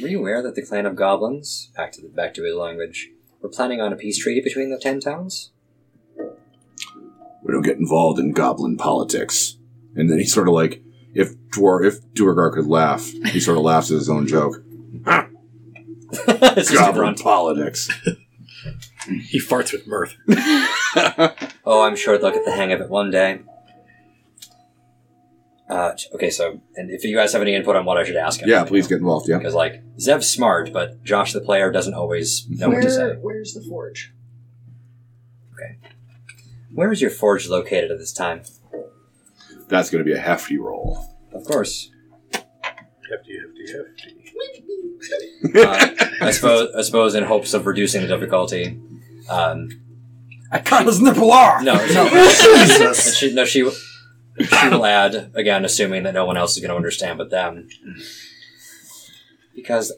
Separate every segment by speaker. Speaker 1: Were you aware that the clan of goblins, back to the, back to his language, were planning on a peace treaty between the ten towns?
Speaker 2: We don't get involved in goblin politics. And then he sort of like, if Dwar, if Duergar could laugh, he sort of laughs at his own joke.
Speaker 1: It's just a
Speaker 2: Goblin
Speaker 1: grunt.
Speaker 2: politics.
Speaker 3: He farts with mirth.
Speaker 1: Oh, I'm sure they'll get the hang of it one day. Uh, t- okay, so, and if you guys have any input on what I should ask him,
Speaker 2: Yeah, please get involved. Yeah.
Speaker 1: Because, like, Zev's smart, but Josh the player doesn't always know what to
Speaker 4: Where,
Speaker 1: say.
Speaker 4: where's the forge?
Speaker 1: Where is your forge located at this time?
Speaker 2: That's going to be a hefty roll.
Speaker 1: Of course.
Speaker 3: Hefty, hefty, hefty.
Speaker 1: Uh, I suppose, I suppose, in hopes of reducing the difficulty. Um,
Speaker 5: I cut his nipple off.
Speaker 1: no, no,
Speaker 5: Jesus.
Speaker 1: she, no, she, she will add again, assuming that no one else is going to understand but them. Because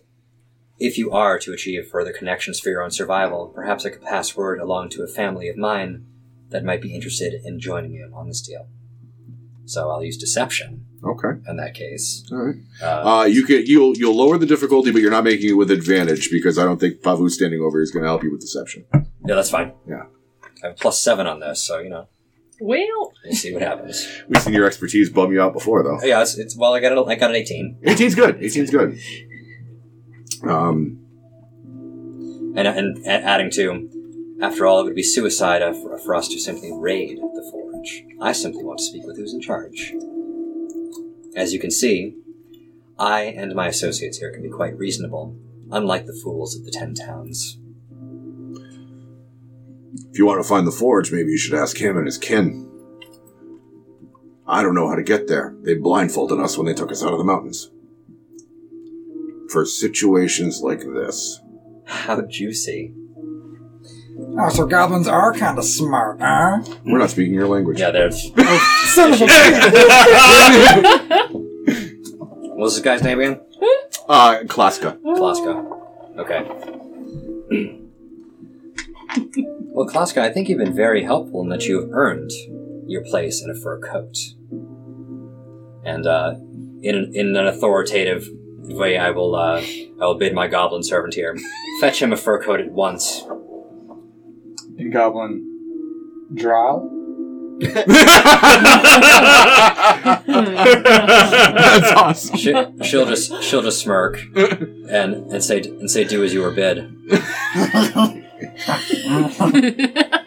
Speaker 1: if you are to achieve further connections for your own survival, perhaps I could pass word along to a family of mine that might be interested in joining you on this deal. So I'll use deception
Speaker 2: Okay.
Speaker 1: in that case.
Speaker 2: All right.
Speaker 1: Uh,
Speaker 2: Uh, you could you'll you'll lower the difficulty, but you're not making it with advantage because I don't think Pavu standing over is going to help you with deception.
Speaker 1: yeah, that's fine.
Speaker 2: Yeah.
Speaker 1: I have plus seven on this, so you know,
Speaker 4: Well,
Speaker 1: we'll see what happens.
Speaker 2: We've seen your expertise bum you out before, though.
Speaker 1: Oh, yeah, it's, it's well, I got it. I got an eighteen,
Speaker 2: 18's good. 18's good. Um,
Speaker 1: and and, and adding to. After all, it would be suicide of, for us to simply raid the forge. I simply want to speak with who's in charge. As you can see, I and my associates here can be quite reasonable, unlike the fools of the Ten Towns.
Speaker 2: if you want to find the forge, maybe you should ask him and his kin. I don't know how to get there. They blindfolded us when they took us out of the mountains. For situations like this,
Speaker 1: How juicy.
Speaker 5: Oh, so goblins are kind of smart, huh?
Speaker 2: we're not speaking your language.
Speaker 1: Yeah, there's.
Speaker 5: Son of a bitch.
Speaker 1: What was this guy's name again?
Speaker 2: Uh, Klaska.
Speaker 1: Klaska. Okay. well, Klaska, I think you've been very helpful in that you've earned your place in a fur coat. And uh, in, an, in an authoritative way, I will uh, I will bid my goblin servant here fetch him a fur coat at once.
Speaker 5: In goblin, drow.
Speaker 2: That's awesome.
Speaker 1: She, she'll just she'll just smirk and and say and say do as you were bid.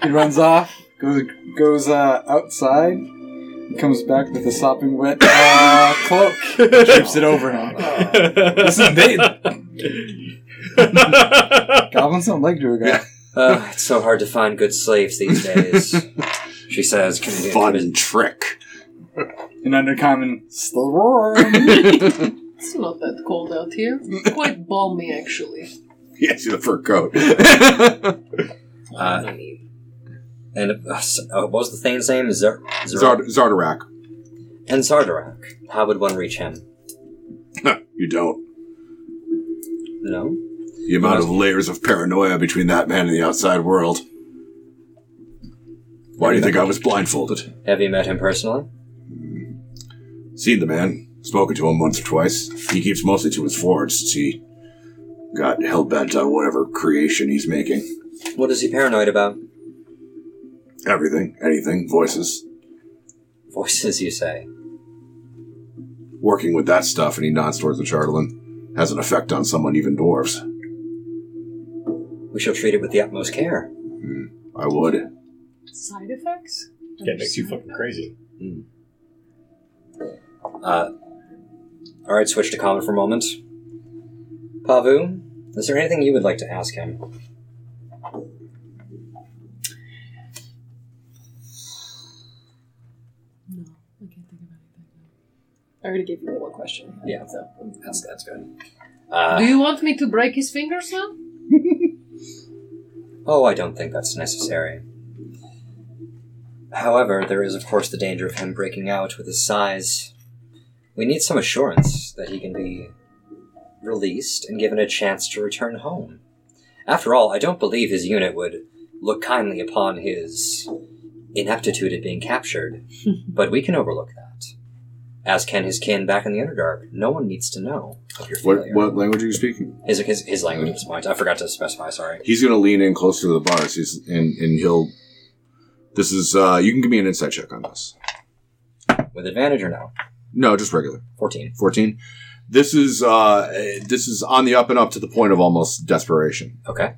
Speaker 5: He runs off, goes goes uh, outside, and comes back with a sopping wet uh, cloak, drapes it over him.
Speaker 3: this
Speaker 5: is bait. Goblins don't like Druga.
Speaker 1: Uh, it's so hard to find good slaves these days. she says,
Speaker 2: Fun trick.
Speaker 5: In undercommon, still roaring.
Speaker 4: it's not that cold out here. Quite balmy, actually.
Speaker 2: Yeah, see the fur coat.
Speaker 1: Uh, and uh, s- uh, what was the Thane's name? Zer- Zer-
Speaker 2: Zard- Zardarak.
Speaker 1: and Zardarak. How would one reach him?
Speaker 2: You don't.
Speaker 1: No.
Speaker 2: The amount of layers of paranoia between that man and the outside world. Why do you think I was blindfolded?
Speaker 1: Have you met him personally?
Speaker 2: Seen the man, spoken to him once or twice. He keeps mostly to his forge since he got hell bent on whatever creation he's making.
Speaker 1: What is he paranoid about?
Speaker 2: Everything, anything, voices.
Speaker 1: Voices, you say.
Speaker 2: Working with that stuff, and he nods towards the charlatan, has an effect on someone, even dwarves.
Speaker 1: We shall treat it with the utmost care.
Speaker 2: I would.
Speaker 4: Side effects?
Speaker 3: Yeah, it makes you fucking crazy.
Speaker 1: Uh, all right, switch to common for a moment. Pavu, is there anything you would like to ask him?
Speaker 4: No, I can't think of anything. I already gave you the one question. I had,
Speaker 1: Yeah.
Speaker 4: so- um,
Speaker 1: That's that's good.
Speaker 4: Do
Speaker 1: Uh,
Speaker 4: you want me to break his fingers now?
Speaker 1: oh, I don't think that's necessary. However, there is of course the danger of him breaking out with his size. We need some assurance that he can be released and given a chance to return home. After all, I don't believe his unit would look kindly upon his ineptitude at being captured, but we can overlook that. as can his kin back in the Underdark. No one needs to know of your
Speaker 2: What,
Speaker 1: failure.
Speaker 2: what language are you speaking?
Speaker 1: His, his, his language was mine. I forgot to specify, sorry.
Speaker 2: He's going to lean in close to the bars. He's and and he'll. This is. uh You can give me an insight check on this.
Speaker 1: With advantage or no?
Speaker 2: No, just regular
Speaker 1: 14.
Speaker 2: fourteen. This is uh this is on the up and up to the point of almost desperation.
Speaker 1: Okay.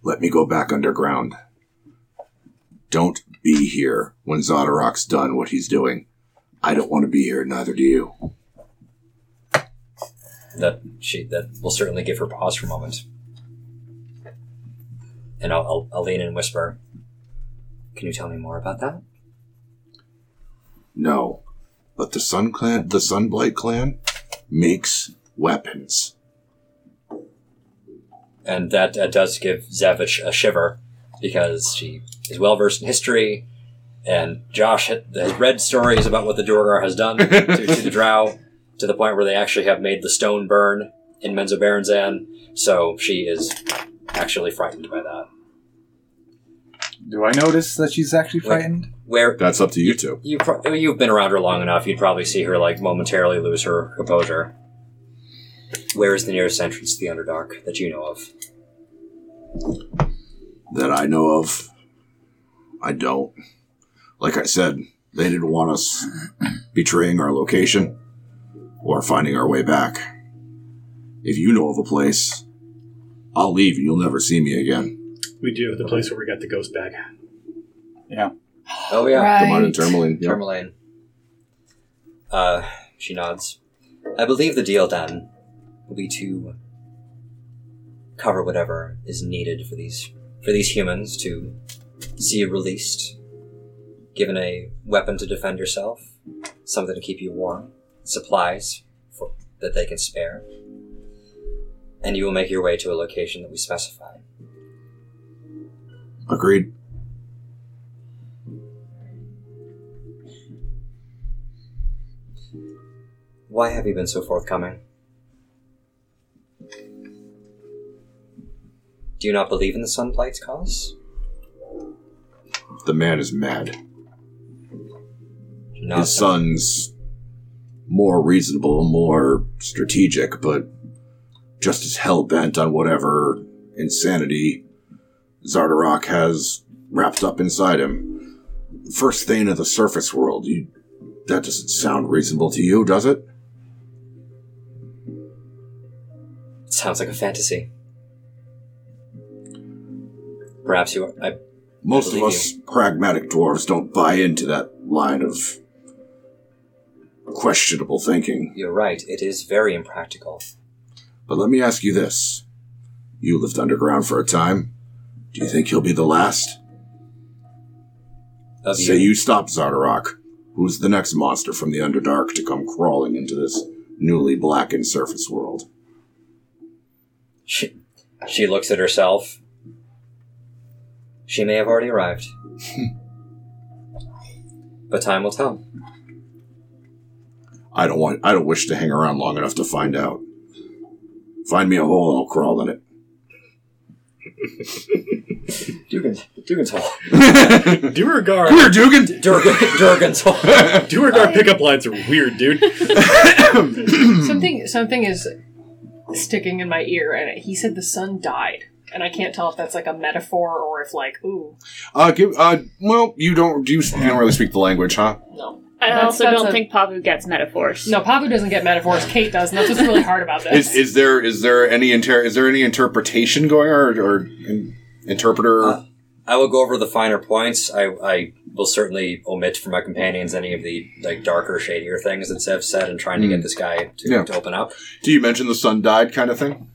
Speaker 2: Let me go back underground. Don't be here when Zodarok's done what he's doing. I don't want to be here. Neither do you.
Speaker 1: That she that will certainly give her pause for a moment. And I'll, I'll, I'll lean in and whisper, Can you tell me more about that?
Speaker 2: No. But the Sun Clan, the Sunblight Clan, makes weapons.
Speaker 1: And that uh, does give Zev a, sh- a shiver because she is well versed in history, and Josh had, has read stories about what the Durgar has done to, to the Drow to the point where they actually have made the stone burn in Menzoberranzan. So she is actually frightened by that.
Speaker 5: Do I notice that she's actually
Speaker 1: Wait.
Speaker 5: frightened?
Speaker 1: Where
Speaker 2: That's up to you two.
Speaker 1: you pro- I mean, you've been around her long enough, you'd probably see her like momentarily lose her composure. Where is the nearest entrance to the Underdark that you know of?
Speaker 2: That I know of. I don't. Like I said, they didn't want us betraying our location or finding our way back. If you know of a place, I'll leave and you'll never see me again.
Speaker 3: We do the place where we got the ghost bag.
Speaker 1: Oh yeah,
Speaker 2: The modern Tourmaline. yeah.
Speaker 1: Tourmaline. Uh, she nods. I believe the deal then will be to cover whatever is needed for these for these humans to see released, given a weapon to defend yourself, something to keep you warm, supplies for, that they can spare, and you will make your way to a location that we specify.
Speaker 2: Agreed.
Speaker 1: Why have you been so forthcoming? Do you not believe in the Sunblight's cause?
Speaker 2: The man is mad.
Speaker 1: Do you Not
Speaker 2: his son's more reasonable, more strategic, but just as hell bent on whatever insanity Zardarok has wrapped up inside him. First thing of the surface world, you, that doesn't sound reasonable to you, does it?
Speaker 1: sounds like a fantasy. Perhaps you are. I,
Speaker 2: Most of
Speaker 1: believe
Speaker 2: us pragmatic dwarves don't buy into that line of questionable thinking.
Speaker 1: you're right. It is very impractical.
Speaker 2: But let me ask you this. You lived underground for a time. Do you think he'll be the last?
Speaker 1: Of
Speaker 2: Say you stop Zardarok, who's the next monster from the Underdark to come crawling into this newly blackened surface world.
Speaker 1: She, she looks at herself. She may have already arrived. but time will tell.
Speaker 2: I don't want I don't wish to hang around long enough to find out. Find me a hole and I'll crawl in
Speaker 1: Dugan, Dugan's hole.
Speaker 2: it.
Speaker 3: Duergar,
Speaker 2: Here, Dugan!
Speaker 1: Durgan, Durgan's hole.
Speaker 3: Duergar pickup lines are weird, dude.
Speaker 1: Hmm.
Speaker 4: Something something is sticking in my ear, and he said the sun died, and I can't tell if that's like a metaphor or if like ooh
Speaker 2: Uh, give, uh, well, you don't, you, you don't really speak the language, huh?
Speaker 4: no.
Speaker 6: I
Speaker 4: That's-
Speaker 6: also
Speaker 4: that's
Speaker 6: don't
Speaker 4: a-
Speaker 6: think Pavu gets metaphors.
Speaker 4: No, Pavu doesn't get metaphors. Kate does, and that's what's really hard about this.
Speaker 2: Is, is there, is there any inter, is there any interpretation going on or, or in, interpreter?
Speaker 1: Uh, I will go over the finer points. I, I will certainly omit from my companions any of the like darker, shadier things that Zev said in trying to get this guy to,
Speaker 2: Mm. Yeah.
Speaker 1: to open up.
Speaker 2: do you mention the sun died kind of thing?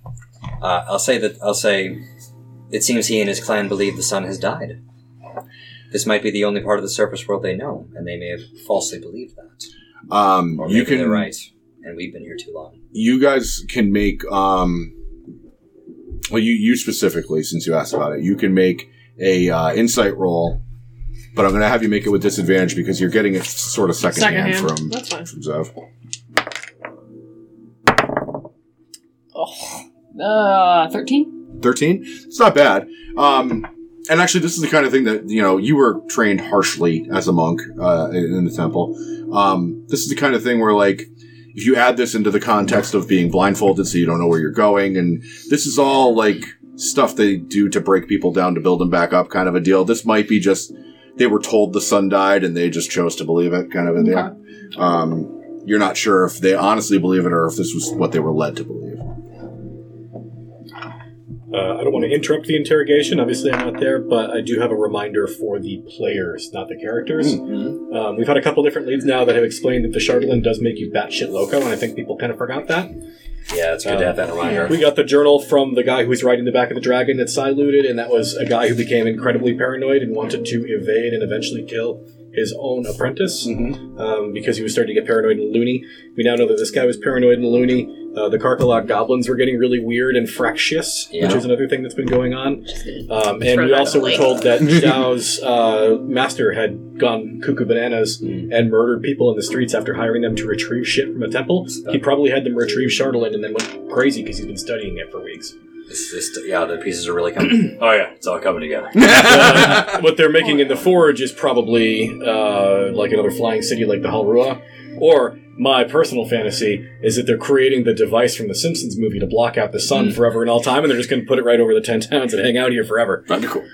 Speaker 1: Uh, I'll say that I'll say it seems he and his clan believe the sun has died. This might be the only part of the surface world they know, and they may have falsely believed that.
Speaker 2: Um,
Speaker 1: Or
Speaker 2: you
Speaker 1: maybe
Speaker 2: can,
Speaker 1: they're right, and we've been here too long.
Speaker 2: you guys can make um well you you specifically since you asked about it you can make a uh, insight roll but i'm gonna have you make it with disadvantage because you're getting it sort of secondhand,
Speaker 4: Secondhand.
Speaker 2: from
Speaker 4: That's fine.
Speaker 2: from zev
Speaker 4: uh, thirteen.
Speaker 2: 13 it's not bad um and actually this is the kind of thing that you know you were trained harshly as a monk uh, in in the temple um This is the kind of thing where, like, if you add this into the context of being blindfolded so you don't know where you're going, and this is all, like, stuff they do to break people down to build them back up kind of a deal. This might be just they were told the sun died and they just chose to believe it kind of a deal. Um, you're not sure if they honestly believe it or if this was what they were led to believe.
Speaker 3: Uh, I don't want to interrupt the interrogation. Obviously, I'm not there, but I do have a reminder for the players, not the characters. Um, we've had a couple different leads now that have explained that the Shardlin does make you batshit loco, and I think people kind of forgot that.
Speaker 1: Yeah, it's good to have that reminder.
Speaker 3: We got the journal from the guy who was riding the back of the dragon that saluted, and that was a guy who became incredibly paranoid and wanted to evade and eventually kill his own apprentice um, because he was starting to get paranoid and loony. We now know that this guy was paranoid and loony. Uh, the Karkalok goblins were getting really weird and fractious, which
Speaker 1: Yeah.
Speaker 3: is another thing that's been going on. Um, and
Speaker 6: Throw
Speaker 3: we
Speaker 6: that
Speaker 3: also were
Speaker 6: away.
Speaker 3: told that Zhao's uh, master had gone cuckoo bananas and murdered people in the streets after hiring them to retrieve shit from a temple. He probably had them retrieve Shardolin and then went crazy because he's been studying it for weeks.
Speaker 1: This, this, yeah, the pieces are really coming. oh yeah, it's all coming together.
Speaker 3: Uh, what they're making in the forge is probably uh, like another flying city like the Halrua. Or my personal fantasy is that they're creating the device from the Simpsons movie to block out the sun forever and all time, and they're just going to put it right over the ten towns and hang out here forever.
Speaker 2: That'd be cool.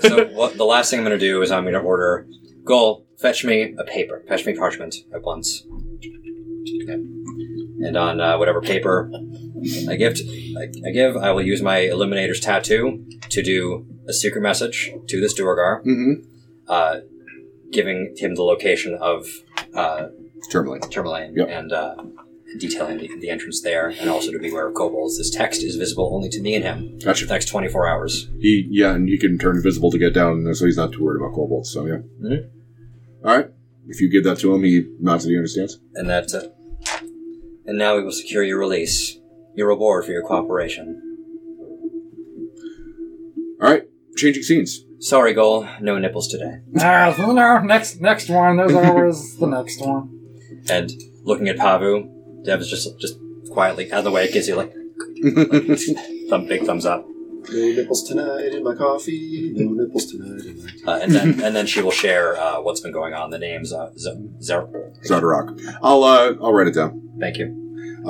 Speaker 1: so what, the last thing I'm going to do is I'm going to order Gull, fetch me a paper, fetch me parchment at once. Okay. And on uh, whatever paper I give, t- I, I give, I will use my Illuminator's tattoo to do a secret message to this Duergar,
Speaker 2: Mm-hmm.
Speaker 1: uh, giving him the location of uh,
Speaker 2: Termling.
Speaker 1: Tourmaline
Speaker 2: Yep.
Speaker 1: and uh, detailing the, the entrance there, and also to beware of kobolds. This text is visible only to me and him for
Speaker 2: Gotcha.
Speaker 1: the next 24 hours.
Speaker 2: He, yeah, and he can turn invisible to get down, in there, so he's not too worried about kobolds. So yeah.
Speaker 1: Mhm.
Speaker 2: All right. If you give that to him, he nods and he understands.
Speaker 1: and that uh, and now we will secure your release your reward for your cooperation
Speaker 2: All right. Changing scenes.
Speaker 1: sorry goal no nipples today
Speaker 5: Ah, so no, next next one. There's always the next one.
Speaker 1: and looking at pavu dev is just just quietly out of the way gives you like thumb big thumbs up
Speaker 7: No nipples tonight in my coffee. No nipples tonight in my tea.
Speaker 1: uh, and then and then she will share uh, what's been going on the names uh, Z- Zer-
Speaker 2: Zadarok. I'll uh, I'll write it down.
Speaker 1: thank you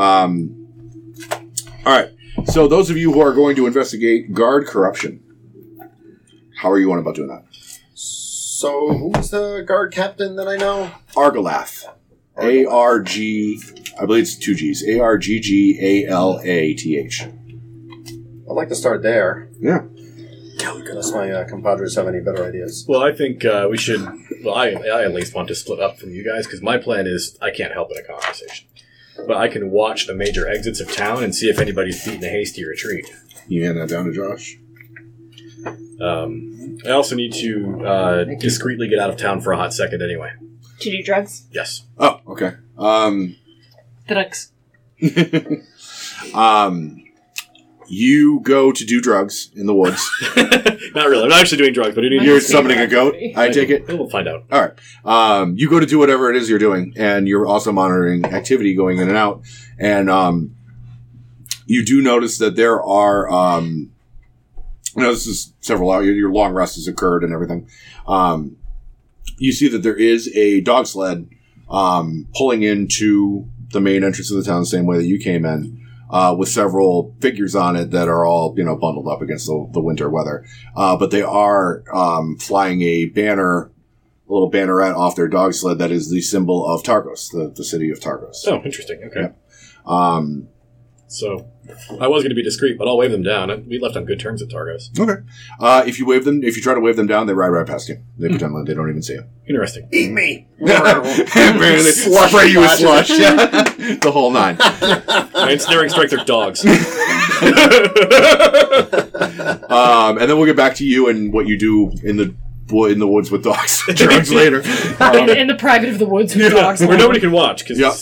Speaker 2: Um, all right. So those of you who are going to investigate guard corruption, how are you on about doing that?
Speaker 7: So, who's the guard captain that I know?
Speaker 2: Argalath. A R G. I believe it's two G's. A R G G A L A T H.
Speaker 7: I'd like to start there.
Speaker 2: Yeah.
Speaker 7: Unless my uh, compadres have any better ideas.
Speaker 3: Well, I think uh, we should. Well, I, I at least want to split up from you guys because my plan is I can't help in a conversation, but I can watch the major exits of town and see if anybody's beaten a hasty retreat.
Speaker 2: You hand that down to Josh.
Speaker 3: Um, I also need to uh, discreetly get out of town for a hot second anyway.
Speaker 6: To do drugs?
Speaker 3: Yes.
Speaker 2: Oh, okay. Um,
Speaker 4: Drugs.
Speaker 2: um, you go to do drugs in the woods.
Speaker 3: Not really. I'm not actually doing drugs, but I do need
Speaker 2: You're summoning a goat. I take it.
Speaker 3: We'll find out.
Speaker 2: um, you go to do whatever it is you're doing, and you're also monitoring activity going in and out. And um, you do notice that there are, um, you know, this is several hours, your, your long rest has occurred and everything. Um, you see that there is a dog sled um, pulling into the main entrance of the town the same way that you came in. Uh, with several figures on it that are all, you know, bundled up against the, the winter weather. Uh, but they are um, flying a banner a little banneret off their dog sled that is the symbol of Targos, the, the city of Targos.
Speaker 3: Oh, interesting.
Speaker 2: Yeah.
Speaker 3: Okay.
Speaker 2: Um,
Speaker 3: So I was going to be discreet, but I'll wave them down. We left on good terms at Targos.
Speaker 2: okay. Uh, if you wave them, if you try to wave them down, they ride right past you. They pretend like they don't even see you.
Speaker 3: Interesting.
Speaker 7: Eat me!
Speaker 2: Apparently,
Speaker 7: Slush
Speaker 2: spray you with
Speaker 7: splashes.
Speaker 2: slush. Yeah. the whole nine.
Speaker 3: My ensnaring strength are dogs.
Speaker 2: Um, and then we'll get back to you and what you do in the wo- in the woods with dogs and drugs later.
Speaker 4: in, in the private of the woods with dogs.
Speaker 3: Where nobody can watch because
Speaker 2: Yeah.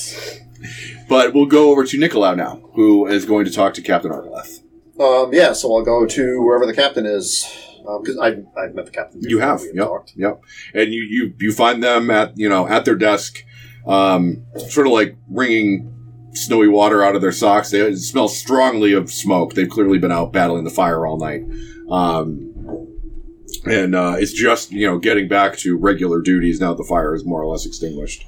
Speaker 2: But we'll go over to Nicolau now, who is going to talk to Captain Argaleth.
Speaker 7: Um, yeah, so I'll go to wherever the captain is. Because I've, I've met the captain.
Speaker 2: You have,
Speaker 7: We've
Speaker 2: yep,
Speaker 7: talked.
Speaker 2: yep. And you you you find them at you know at their desk, um, sort of like wringing snowy water out of their socks. They smell strongly of smoke. They've clearly been out battling the fire all night, um, and uh, it's just you know getting back to regular duties now. that The fire is more or less extinguished,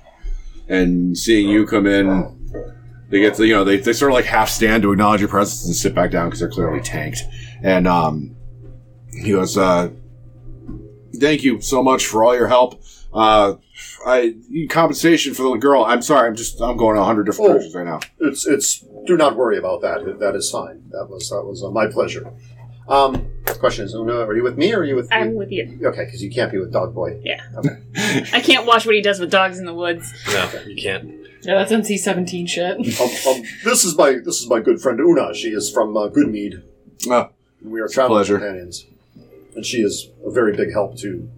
Speaker 2: and seeing you come in, they get to, you know, they, they sort of like half stand to acknowledge your presence and sit back down because they're clearly tanked. And um, he goes, uh, Thank you so much for all your help. Uh, I compensation for the girl. I'm sorry. I'm just I'm going a hundred different
Speaker 7: Oh.
Speaker 2: directions right now.
Speaker 7: It's it's. Do not worry about that. That is fine. That was that was uh, my pleasure. Um, question is, Una, are you with me or are you with?
Speaker 6: I'm with you.
Speaker 7: okay, because you can't be with Dog Boy.
Speaker 6: I can't watch what he does with dogs in the woods.
Speaker 3: No, you can't.
Speaker 4: Yeah, that's NC seventeen shit.
Speaker 7: Um, um, this is my this is my good friend Una. She is from uh, Goodmead.
Speaker 2: Oh,
Speaker 7: We are traveling
Speaker 2: pleasure.
Speaker 7: companions, and she is a very big help to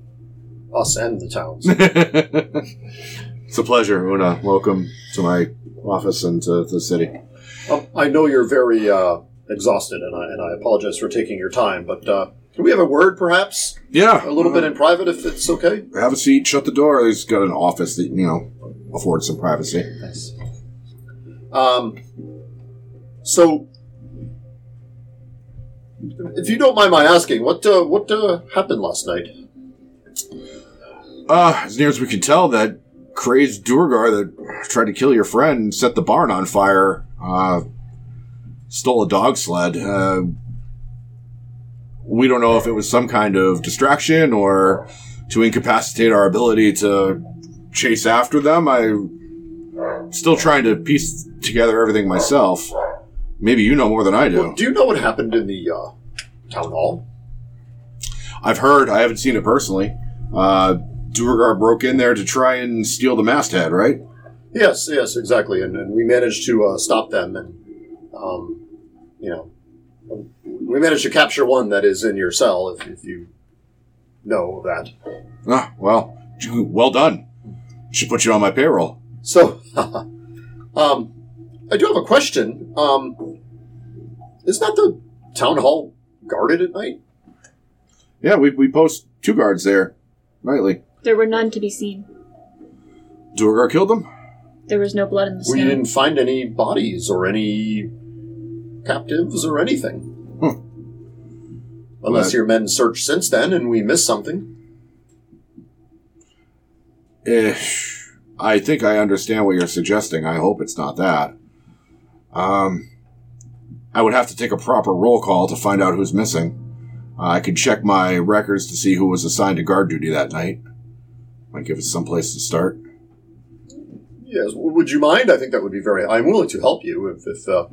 Speaker 7: us and the towns.
Speaker 2: it's a pleasure, Una. Welcome to my office and to the city.
Speaker 7: Um, I know you're very uh, exhausted, and I, and I apologize for taking your time, but uh, can we have a word, perhaps?
Speaker 2: Yeah,
Speaker 7: A little bit in private, if it's okay?
Speaker 2: Have a seat. Shut the door. He's got an office that you know affords some privacy.
Speaker 7: Thanks. Um, so, if you don't mind my asking, what uh, what uh, happened last night?
Speaker 2: Uh, as near as we can tell, that crazed Durgar that tried to kill your friend set the barn on fire. Uh, stole a dog sled. Uh, we don't know if it was some kind of distraction or to incapacitate our ability to chase after them. I still trying to piece together everything myself. Maybe you know more than I do.
Speaker 7: Well, do you know what happened in the uh, town hall?
Speaker 2: I've heard. I haven't seen it personally. Uh, Duergar broke in there to try and steal the masthead, right?
Speaker 7: Yes, yes, exactly, and, and we managed to uh, stop them, and um, you know, we managed to capture one that is in your cell, if, if you know that.
Speaker 2: Ah, well, you- well done. Should put you on my payroll.
Speaker 7: So, um, I do have a question. Um, is not the town hall guarded at night?
Speaker 2: Yeah, we, we post two guards there nightly.
Speaker 6: There were none to be seen.
Speaker 2: Duergar killed them.
Speaker 6: There was no blood in the
Speaker 7: We
Speaker 6: snow.
Speaker 7: didn't find any bodies or any captives or anything.
Speaker 2: Hmm.
Speaker 7: Unless
Speaker 2: Right.
Speaker 7: your men searched since then and we missed something.
Speaker 2: Eh, I think I understand what you're suggesting. I hope it's not that. Um, I would have to take a proper roll call to find out who's missing. Uh, I could check my records to see who was assigned to guard duty that night. Might give us some place to start.
Speaker 7: Yes, w- would you mind? I think that would be very. I'm willing to help you if if uh,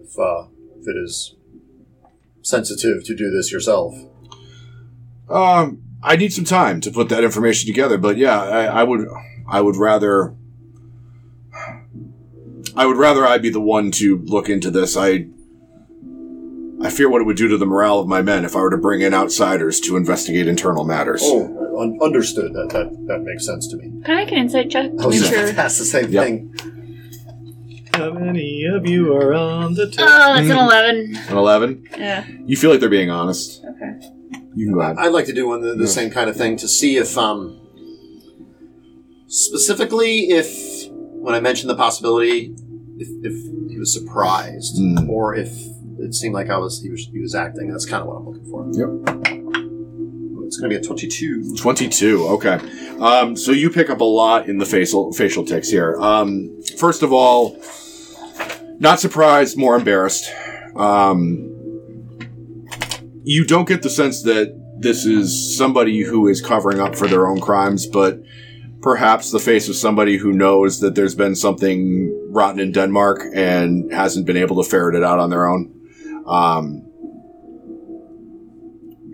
Speaker 7: if, uh, if it is sensitive to do this yourself.
Speaker 2: Um, I need some time to put that information together, but yeah, I, I would, I would rather, I would rather I be the one to look into this. I, I fear what it would do to the morale of my men if I were to bring in outsiders to investigate internal matters.
Speaker 7: Oh, un- understood. That, that that makes sense to me.
Speaker 6: Can I make an insight check
Speaker 7: I
Speaker 6: to
Speaker 7: was
Speaker 6: make
Speaker 7: just
Speaker 6: sure?
Speaker 7: gonna ask the same
Speaker 2: Yep.
Speaker 7: thing.
Speaker 3: How many of you are on the top?
Speaker 6: Oh, that's an
Speaker 7: Mm.
Speaker 6: eleven.
Speaker 2: An eleven.
Speaker 6: Yeah.
Speaker 2: You feel like they're being honest.
Speaker 6: Okay.
Speaker 2: You can go ahead.
Speaker 7: I'd like to do one the, the same kind of thing to see if um specifically if when I mentioned the possibility if, if he was surprised
Speaker 2: Hmm.
Speaker 7: or if it seemed like I was he was he was acting. That's kind of what I'm looking for. Yep. It's going to be a 22.
Speaker 2: 22 okay um, so you pick up a lot in the facial facial ticks here um, first of all not surprised more embarrassed um, you don't get the sense that this is somebody who is covering up for their own crimes but perhaps the face of somebody who knows that there's been something rotten in denmark and hasn't been able to ferret it out on their own um,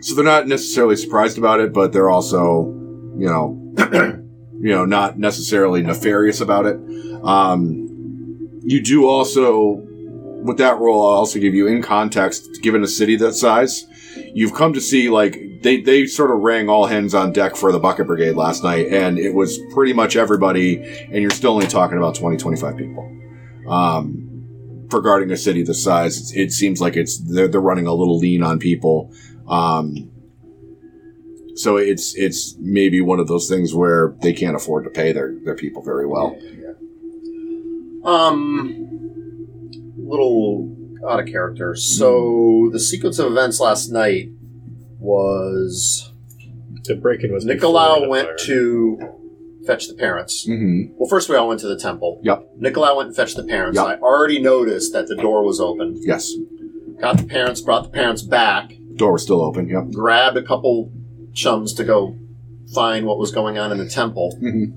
Speaker 2: so they're not necessarily surprised about it, but they're also, you know, you know, not necessarily nefarious about it. Um, you do also, with that role, I'll also give you in context. Given a city that size, you've come to see like they they sort of rang all hands on deck for the bucket brigade last night, and it was pretty much everybody, and you're still only talking about 20, 25 people. Um, for guarding a city this size, it seems like it's they're, they're running a little lean on people. Um, so it's it's maybe one of those things where they can't afford to pay their, their people very well.
Speaker 7: Um little out of character. So
Speaker 3: Hmm.
Speaker 7: the sequence of events last night was
Speaker 3: The break-in was before
Speaker 7: Nicolau
Speaker 3: the Hmm.
Speaker 7: went
Speaker 3: fire.
Speaker 7: to fetch the parents.
Speaker 2: Mm-hmm.
Speaker 7: Well, first we all went to the temple.
Speaker 2: Yep.
Speaker 7: Nikolai went and fetched the parents.
Speaker 2: Yep.
Speaker 7: I already noticed that the door was open.
Speaker 2: Yes.
Speaker 7: Got the parents, brought the parents back,
Speaker 2: Door was still open. Yep.
Speaker 7: grabbed a couple chums to go find what was going on in the temple.
Speaker 2: Mhm.
Speaker 3: Mm-hmm.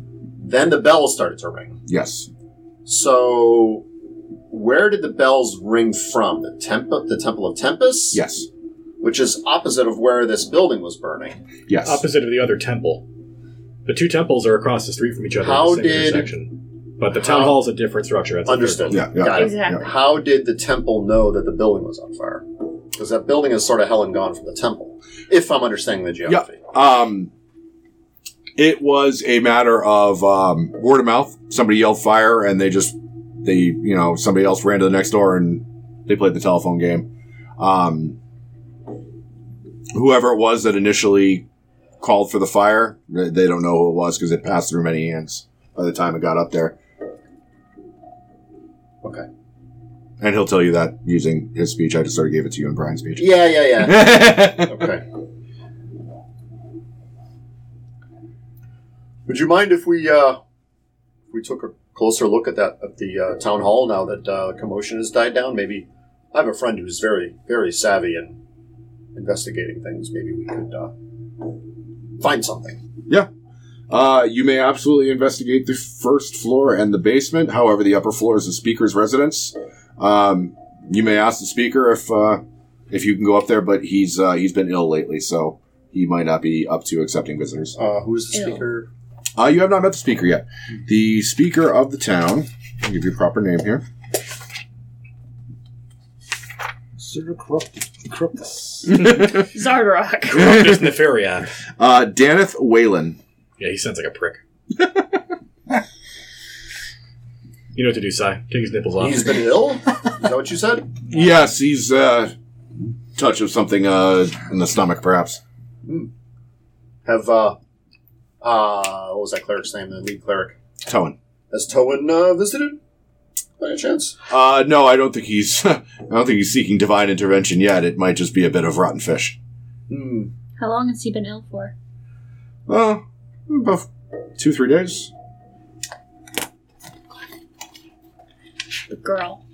Speaker 7: Then the bells started to ring.
Speaker 2: Yes.
Speaker 7: So, where did the bells ring from? The temple, the temple of Tempest,
Speaker 2: Yes.
Speaker 7: which is opposite of where this building was burning.
Speaker 2: Yes.
Speaker 3: opposite of the other temple. The two temples are across the street from each other. at
Speaker 7: How
Speaker 3: the same
Speaker 7: did-
Speaker 3: intersection. But the town
Speaker 7: How-
Speaker 3: hall is a different structure. That's a
Speaker 7: Understood.
Speaker 2: Yeah. Yeah.
Speaker 7: Got it.
Speaker 6: Exactly.
Speaker 7: How did the temple know that the building was on fire? Because that building is sort of hell and gone from the temple, if I'm understanding the geography.
Speaker 2: Um, it was a matter of um, word of mouth. Somebody yelled fire, and they just they you know somebody else ran to the next door and they played the telephone game. Um, whoever it was that initially called for the fire, they they don't know who it was because it passed through many hands by the time it got up there.
Speaker 7: Okay.
Speaker 2: And he'll tell you that using his speech. I just sort of gave it to you in Brian's speech.
Speaker 7: Yeah, yeah, yeah. Okay. Would you mind if we uh, if we took a closer look at that at the uh, town hall now that uh, commotion has died down? Maybe I have a friend who's very very savvy in investigating things. Maybe we could uh, find something.
Speaker 2: Uh, you may absolutely investigate the first floor and the basement. However, the upper floor is the speaker's residence. Um, you may ask the speaker if uh, if you can go up there, but he's uh, he's been ill lately, so he might not be up to accepting visitors.
Speaker 7: Uh, who's the
Speaker 6: Ew.
Speaker 7: speaker?
Speaker 2: Uh, you have not met the speaker yet. The speaker of the town. I'll give you a proper name here.
Speaker 5: Sir Corruptus. Corruptus.
Speaker 6: Zardrock.
Speaker 3: Corruptus Nefariat.
Speaker 2: Uh, Danith Whalen.
Speaker 3: Yeah, he sounds like a prick. you know what to do, Sai. Take his nipples off.
Speaker 7: He's been ill. Is that what you said?
Speaker 2: Yes, he's uh, touch of something uh, in the stomach, perhaps.
Speaker 7: Have uh, uh, what was that cleric's name? The lead cleric
Speaker 2: Towen.
Speaker 7: has Towan uh, visited by any chance?
Speaker 2: Uh, no, I don't think he's. I don't think he's seeking divine intervention yet. It might just be a bit of rotten fish.
Speaker 7: Hmm.
Speaker 6: How long has he been ill for?
Speaker 2: Uh, about two, three days.
Speaker 6: The girl.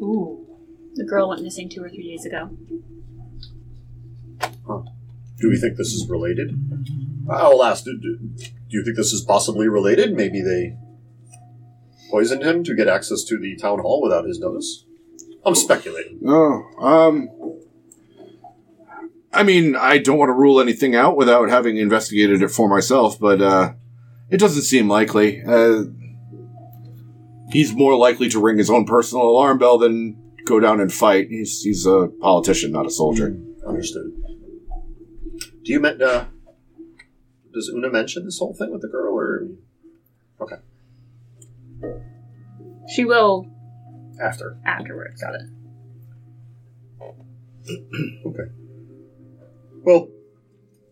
Speaker 4: Ooh.
Speaker 6: The girl went missing two or three days ago.
Speaker 7: Do we think this is related? I'll ask. Do, do, do you think this is possibly related? Maybe they poisoned him to get access to the town hall without his notice. I'm speculating.
Speaker 2: Oh, um. I mean, I don't want to rule anything out without having investigated it for myself, but uh, it doesn't seem likely. Uh, he's more likely to ring his own personal alarm bell than go down and fight. He's he's a politician, not a soldier.
Speaker 7: Understood. Do you meant? Uh, does Una mention this whole thing with the girl, or
Speaker 6: She will
Speaker 7: after?
Speaker 6: afterwards. Got it.
Speaker 7: Well,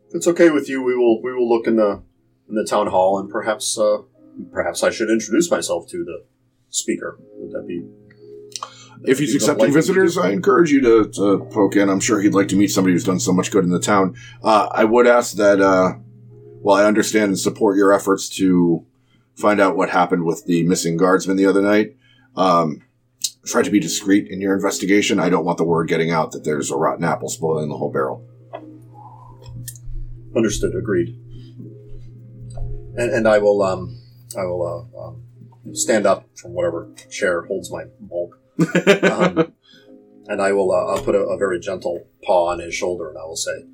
Speaker 7: if it's okay with you, we will we will look in the in the town hall, and perhaps uh, perhaps I should introduce myself to the speaker. Would that be?
Speaker 2: If he's
Speaker 7: He's
Speaker 2: accepting
Speaker 7: unlikely to
Speaker 2: visitors,
Speaker 7: do-
Speaker 2: I encourage you to, to poke in. I'm sure he'd like to meet somebody who's done so much good in the town. Uh, I would ask that, uh, while I understand and support your efforts to find out what happened with the missing guardsman the other night, um, try to be discreet in your investigation. I don't want the word getting out that there's a rotten apple spoiling the whole barrel.
Speaker 7: Understood. Agreed. And, and I will, um, I will uh, um, stand up from whatever chair holds my bulk, um, and I will. Uh, I'll put a, a very gentle paw on his shoulder, and I will say,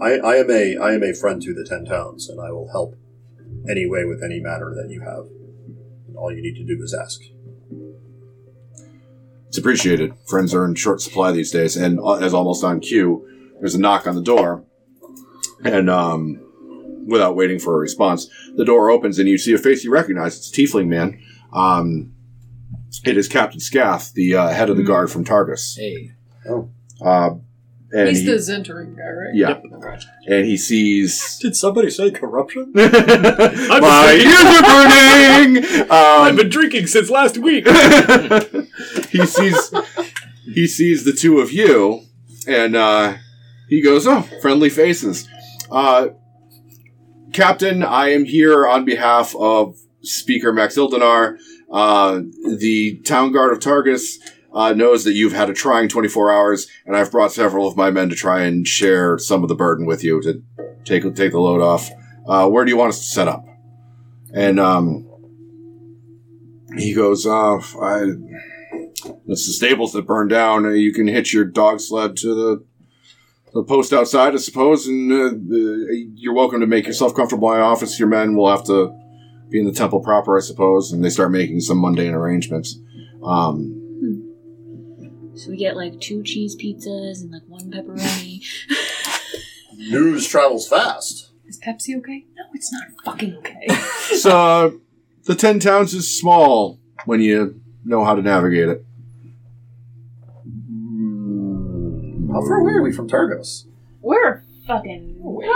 Speaker 7: I, "I am a, I am a friend to the Ten Towns, and I will help any way with any matter that you have. And all you need to do is ask."
Speaker 2: It's appreciated. Friends are in short supply these days, and uh, as almost on cue, there's a knock on the door, and um, without waiting for a response, the door opens and you see a face you recognize. It's a Tiefling man. Um, it is Captain Scath, the uh, head of
Speaker 4: Hmm.
Speaker 2: the guard from Targus.
Speaker 1: Hey.
Speaker 2: Uh, and
Speaker 4: He's
Speaker 2: he-
Speaker 4: the Zentering guy, right? Oh,
Speaker 2: Yeah.
Speaker 4: Okay.
Speaker 2: and he sees
Speaker 5: Did somebody say corruption?
Speaker 2: my ears are burning. Um,
Speaker 3: I've been drinking since last week.
Speaker 2: he sees he sees the two of you, and uh, he goes, "Oh, friendly faces." Uh, Captain, I am here on behalf of Speaker Max Ildenar. Uh, the town guard of Targus uh, knows that you've had a trying 24 hours, and I've brought several of my men to try and share some of the burden with you to take take the load off. Uh, where do you want us to set up? And um, he goes, uh, I, it's the stables that burned down. Uh, You can hitch your dog sled to the the post outside, I suppose, and uh, the, you're welcome to make yourself comfortable in my office. Your men will have to be in the temple proper, I suppose, and they start making some mundane arrangements. Um,
Speaker 6: So we get like two cheese pizzas and like one pepperoni.
Speaker 7: News travels fast.
Speaker 4: Is Pepsi okay? No, it's not fucking okay.
Speaker 2: so uh, the ten towns is small when you know how to navigate it.
Speaker 7: How far away are we from Targos?
Speaker 4: We're
Speaker 6: Fucking
Speaker 4: ways.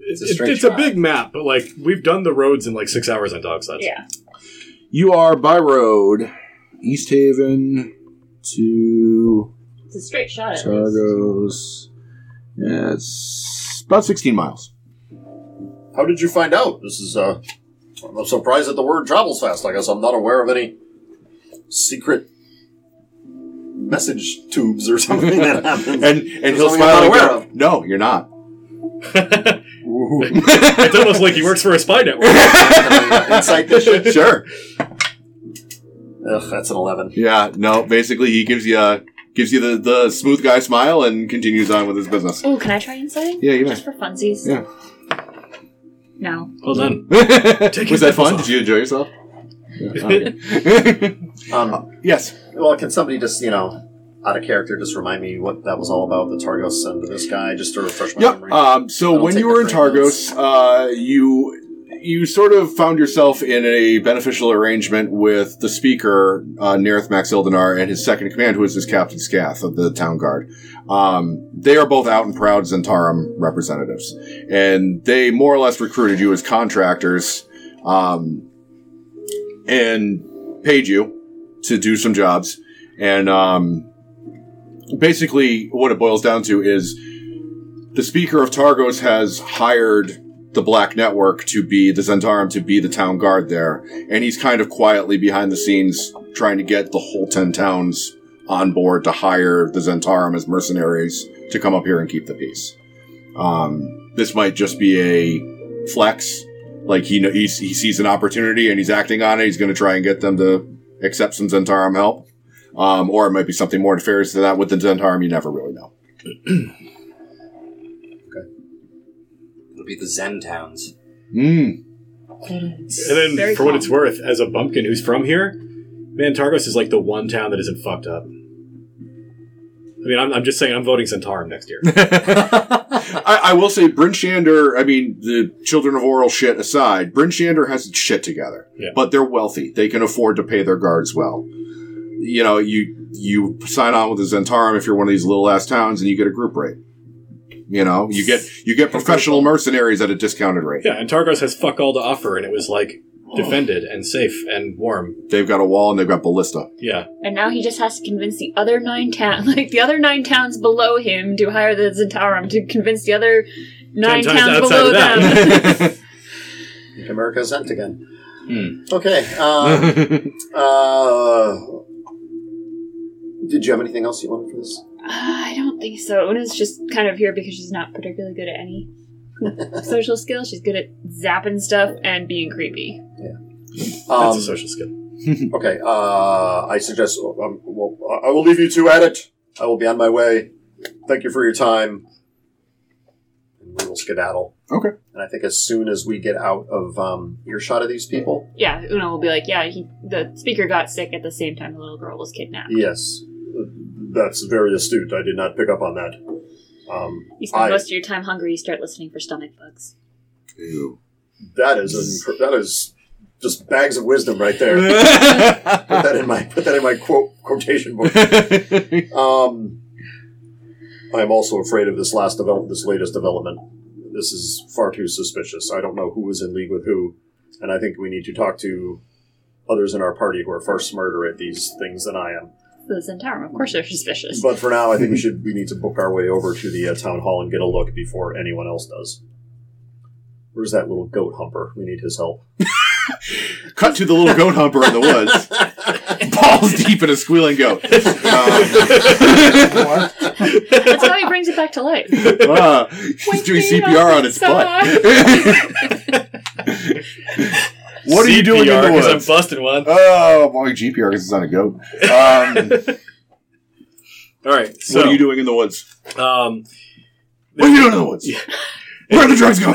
Speaker 3: It's,
Speaker 1: It's a
Speaker 3: it's,
Speaker 1: strange
Speaker 3: a
Speaker 1: map.
Speaker 3: big map, but like we've done the roads in like six hours on dog sleds.
Speaker 4: Yeah.
Speaker 2: You are by road, East Haven to
Speaker 6: It's a straight shot. At least.
Speaker 2: Targos. Yeah, it's about sixteen miles.
Speaker 7: How did you find out? This is, uh, I'm surprised that the word travels fast. I guess I'm not aware of any secret message tubes or something that happens.
Speaker 2: And and he'll
Speaker 7: something I'm
Speaker 2: smile.
Speaker 7: not
Speaker 2: and
Speaker 7: aware
Speaker 2: go,
Speaker 7: of.
Speaker 2: No, you're not.
Speaker 3: it's almost like he works for a spy network.
Speaker 7: Inside this shit.
Speaker 2: sure.
Speaker 7: Ugh, that's an 11.
Speaker 2: Yeah, no, basically he gives you uh, gives you the, the smooth guy smile and continues on with his business.
Speaker 6: Oh, can I try inside?
Speaker 2: Yeah, you may.
Speaker 6: Just for funsies.
Speaker 2: Yeah.
Speaker 6: No.
Speaker 3: Well done.
Speaker 2: Was
Speaker 3: Take his
Speaker 2: that fun? Did
Speaker 3: nipples
Speaker 2: you enjoy yourself?
Speaker 7: Um,
Speaker 2: yes.
Speaker 7: well, can somebody just, you know, out of character, just remind me what that was all about, the Targos and this guy, just to refresh my
Speaker 2: Yep.
Speaker 7: memory?
Speaker 2: Um, so
Speaker 7: That'll
Speaker 2: when
Speaker 7: take
Speaker 2: you were in
Speaker 7: the three
Speaker 2: Targos, uh, you you sort of found yourself in a beneficial arrangement with the speaker, uh, Nerith Max Ildenar, and his second in command, who is this Captain Scath of the town guard. Um, they are both out and proud Zentarum representatives, and they more or less recruited you as contractors um, and paid you to do some jobs. And um, basically, what it boils down to is the speaker of Targos has hired the Black Network to be the Zentarum to be the town guard there, and he's kind of quietly behind the scenes trying to get the whole ten towns on board to hire the Zentarum as mercenaries to come up here and keep the peace. Um, this might just be a flex, like he know, he's, he sees an opportunity and he's acting on it. He's going to try and get them to accept some Zentarum help, um, or it might be something more nefarious than that with the Zentarum. You never really know.
Speaker 1: It'll be the Zen towns.
Speaker 2: Mm.
Speaker 3: And then,
Speaker 6: Very
Speaker 3: for what
Speaker 6: calm.
Speaker 3: it's worth, as a bumpkin who's from here, man, Targos is like the one town that isn't fucked up. I mean, I'm, I'm just saying, I'm voting Centaurum next year.
Speaker 2: I, I will say, Bryn Shander, I mean, the Children of Oral shit aside, Bryn Shander has its shit together.
Speaker 3: Yeah.
Speaker 2: But they're wealthy. They can afford to pay their guards well. You know, you you sign on with the Zentarum if you're one of these little ass towns and you get a group rate. You know, you get you get professional mercenaries at a discounted rate.
Speaker 3: yeah, and Targos has fuck all to offer, and it was like
Speaker 2: Oh.
Speaker 3: defended and safe and warm.
Speaker 2: They've got a wall and they've got ballista.
Speaker 3: Yeah.
Speaker 6: And now he just has to convince the other nine towns, like the other nine towns below him, to hire the Zentarum to convince the other nine
Speaker 3: times
Speaker 6: towns
Speaker 3: outside
Speaker 6: below
Speaker 3: of that.
Speaker 6: them.
Speaker 7: Make America sent again.
Speaker 1: Hmm.
Speaker 7: Okay. Um, uh, did you have anything else you wanted for this?
Speaker 6: Uh, I don't think so. Una's just kind of here because she's not particularly good at any social skills. She's good at zapping stuff and being creepy.
Speaker 3: That's a
Speaker 7: Um,
Speaker 3: social skill.
Speaker 7: okay. Uh, I suggest. Um, well, I- I will leave you two at it. I will be on my way. Thank you for your time. And we will skedaddle.
Speaker 2: Okay.
Speaker 7: And I think as soon as we get out of um, earshot of these people,
Speaker 6: Yeah, Una will be like, yeah, he, the speaker got sick at the same time the little girl was kidnapped.
Speaker 7: yes, that's very astute. I did not pick up on that. Um,
Speaker 6: You spend
Speaker 7: I-
Speaker 6: most of your time hungry, you start listening for stomach bugs.
Speaker 2: Ew.
Speaker 7: that is inc- that is just bags of wisdom right there. put that in my put that in my quote quotation book. um, I am also afraid of this last develop this latest development. This is far too suspicious. I don't know who is in league with who, and I think we need to talk to others in our party who are far smarter at these things than I am.
Speaker 6: The Zentarum, of course, they're suspicious.
Speaker 7: But for now, I think we should we need to book our way over to the uh, town hall and get a look before anyone else does. Where's that little goat humper? We need his help.
Speaker 2: Cut to the little goat humper in the woods. Balls deep in a squealing goat. Um,
Speaker 5: What?
Speaker 6: That's how he brings it back to life.
Speaker 2: uh, he's doing
Speaker 4: Wait,
Speaker 2: CPR on
Speaker 4: I'm
Speaker 2: its butt. what are you doing in the
Speaker 3: CPR, 'cause
Speaker 2: woods?
Speaker 3: I'm busting one.
Speaker 2: Oh, boy, GPR because it's on a goat. Um,
Speaker 3: All right. So,
Speaker 2: what are you doing in the woods?
Speaker 3: Um,
Speaker 2: What are you doing in the woods? Where are the drugs going?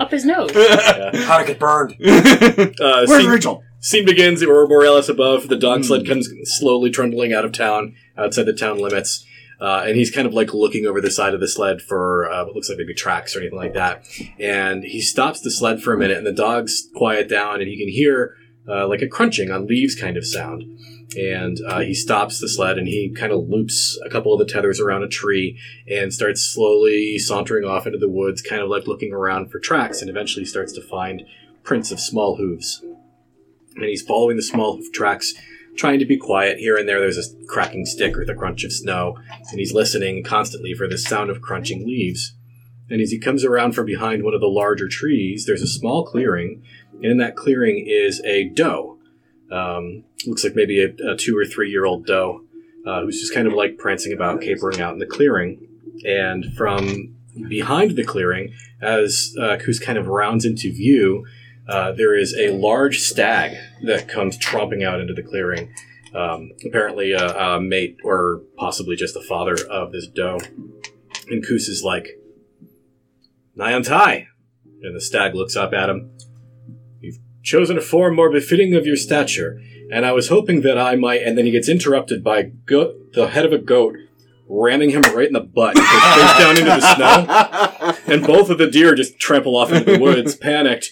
Speaker 6: Up his nose.
Speaker 1: How to get burned?
Speaker 3: uh,
Speaker 2: Where's
Speaker 3: scene,
Speaker 2: Rachel?
Speaker 3: scene begins. The Aurora Borealis above. The dog sled comes slowly trundling out of town, outside the town limits. Uh, and he's kind of like looking over the side of the sled for uh, what looks like maybe tracks or anything like that. And he stops the sled for a minute, and the dog's quiet down, and he can hear uh, like a crunching on leaves kind of sound. And uh, he stops the sled and he kind of loops a couple of the tethers around a tree and starts slowly sauntering off into the woods, kind of like looking around for tracks, and eventually starts to find prints of small hooves. And he's following the small hoof tracks, trying to be quiet. Here and there, there's a cracking stick or the crunch of snow, and he's listening constantly for the sound of crunching leaves. And as he comes around from behind one of the larger trees, there's a small clearing, and in that clearing is a doe. Um, looks like maybe a, a two or three year old doe uh, who's just kind of like prancing about, capering out in the clearing. And from behind the clearing, as uh, Kus kind of rounds into view, uh, there is a large stag that comes tromping out into the clearing. Um, apparently, uh, a, a mate or possibly just the father of this doe. And Kus is like, Nyantai! And the stag looks up at him. You've chosen a form more befitting of your stature, and I was hoping that I might. And then he gets interrupted by go- the head of a goat ramming him right in the butt. He goes face down into the snow and both of the deer just trample off into the woods, panicked.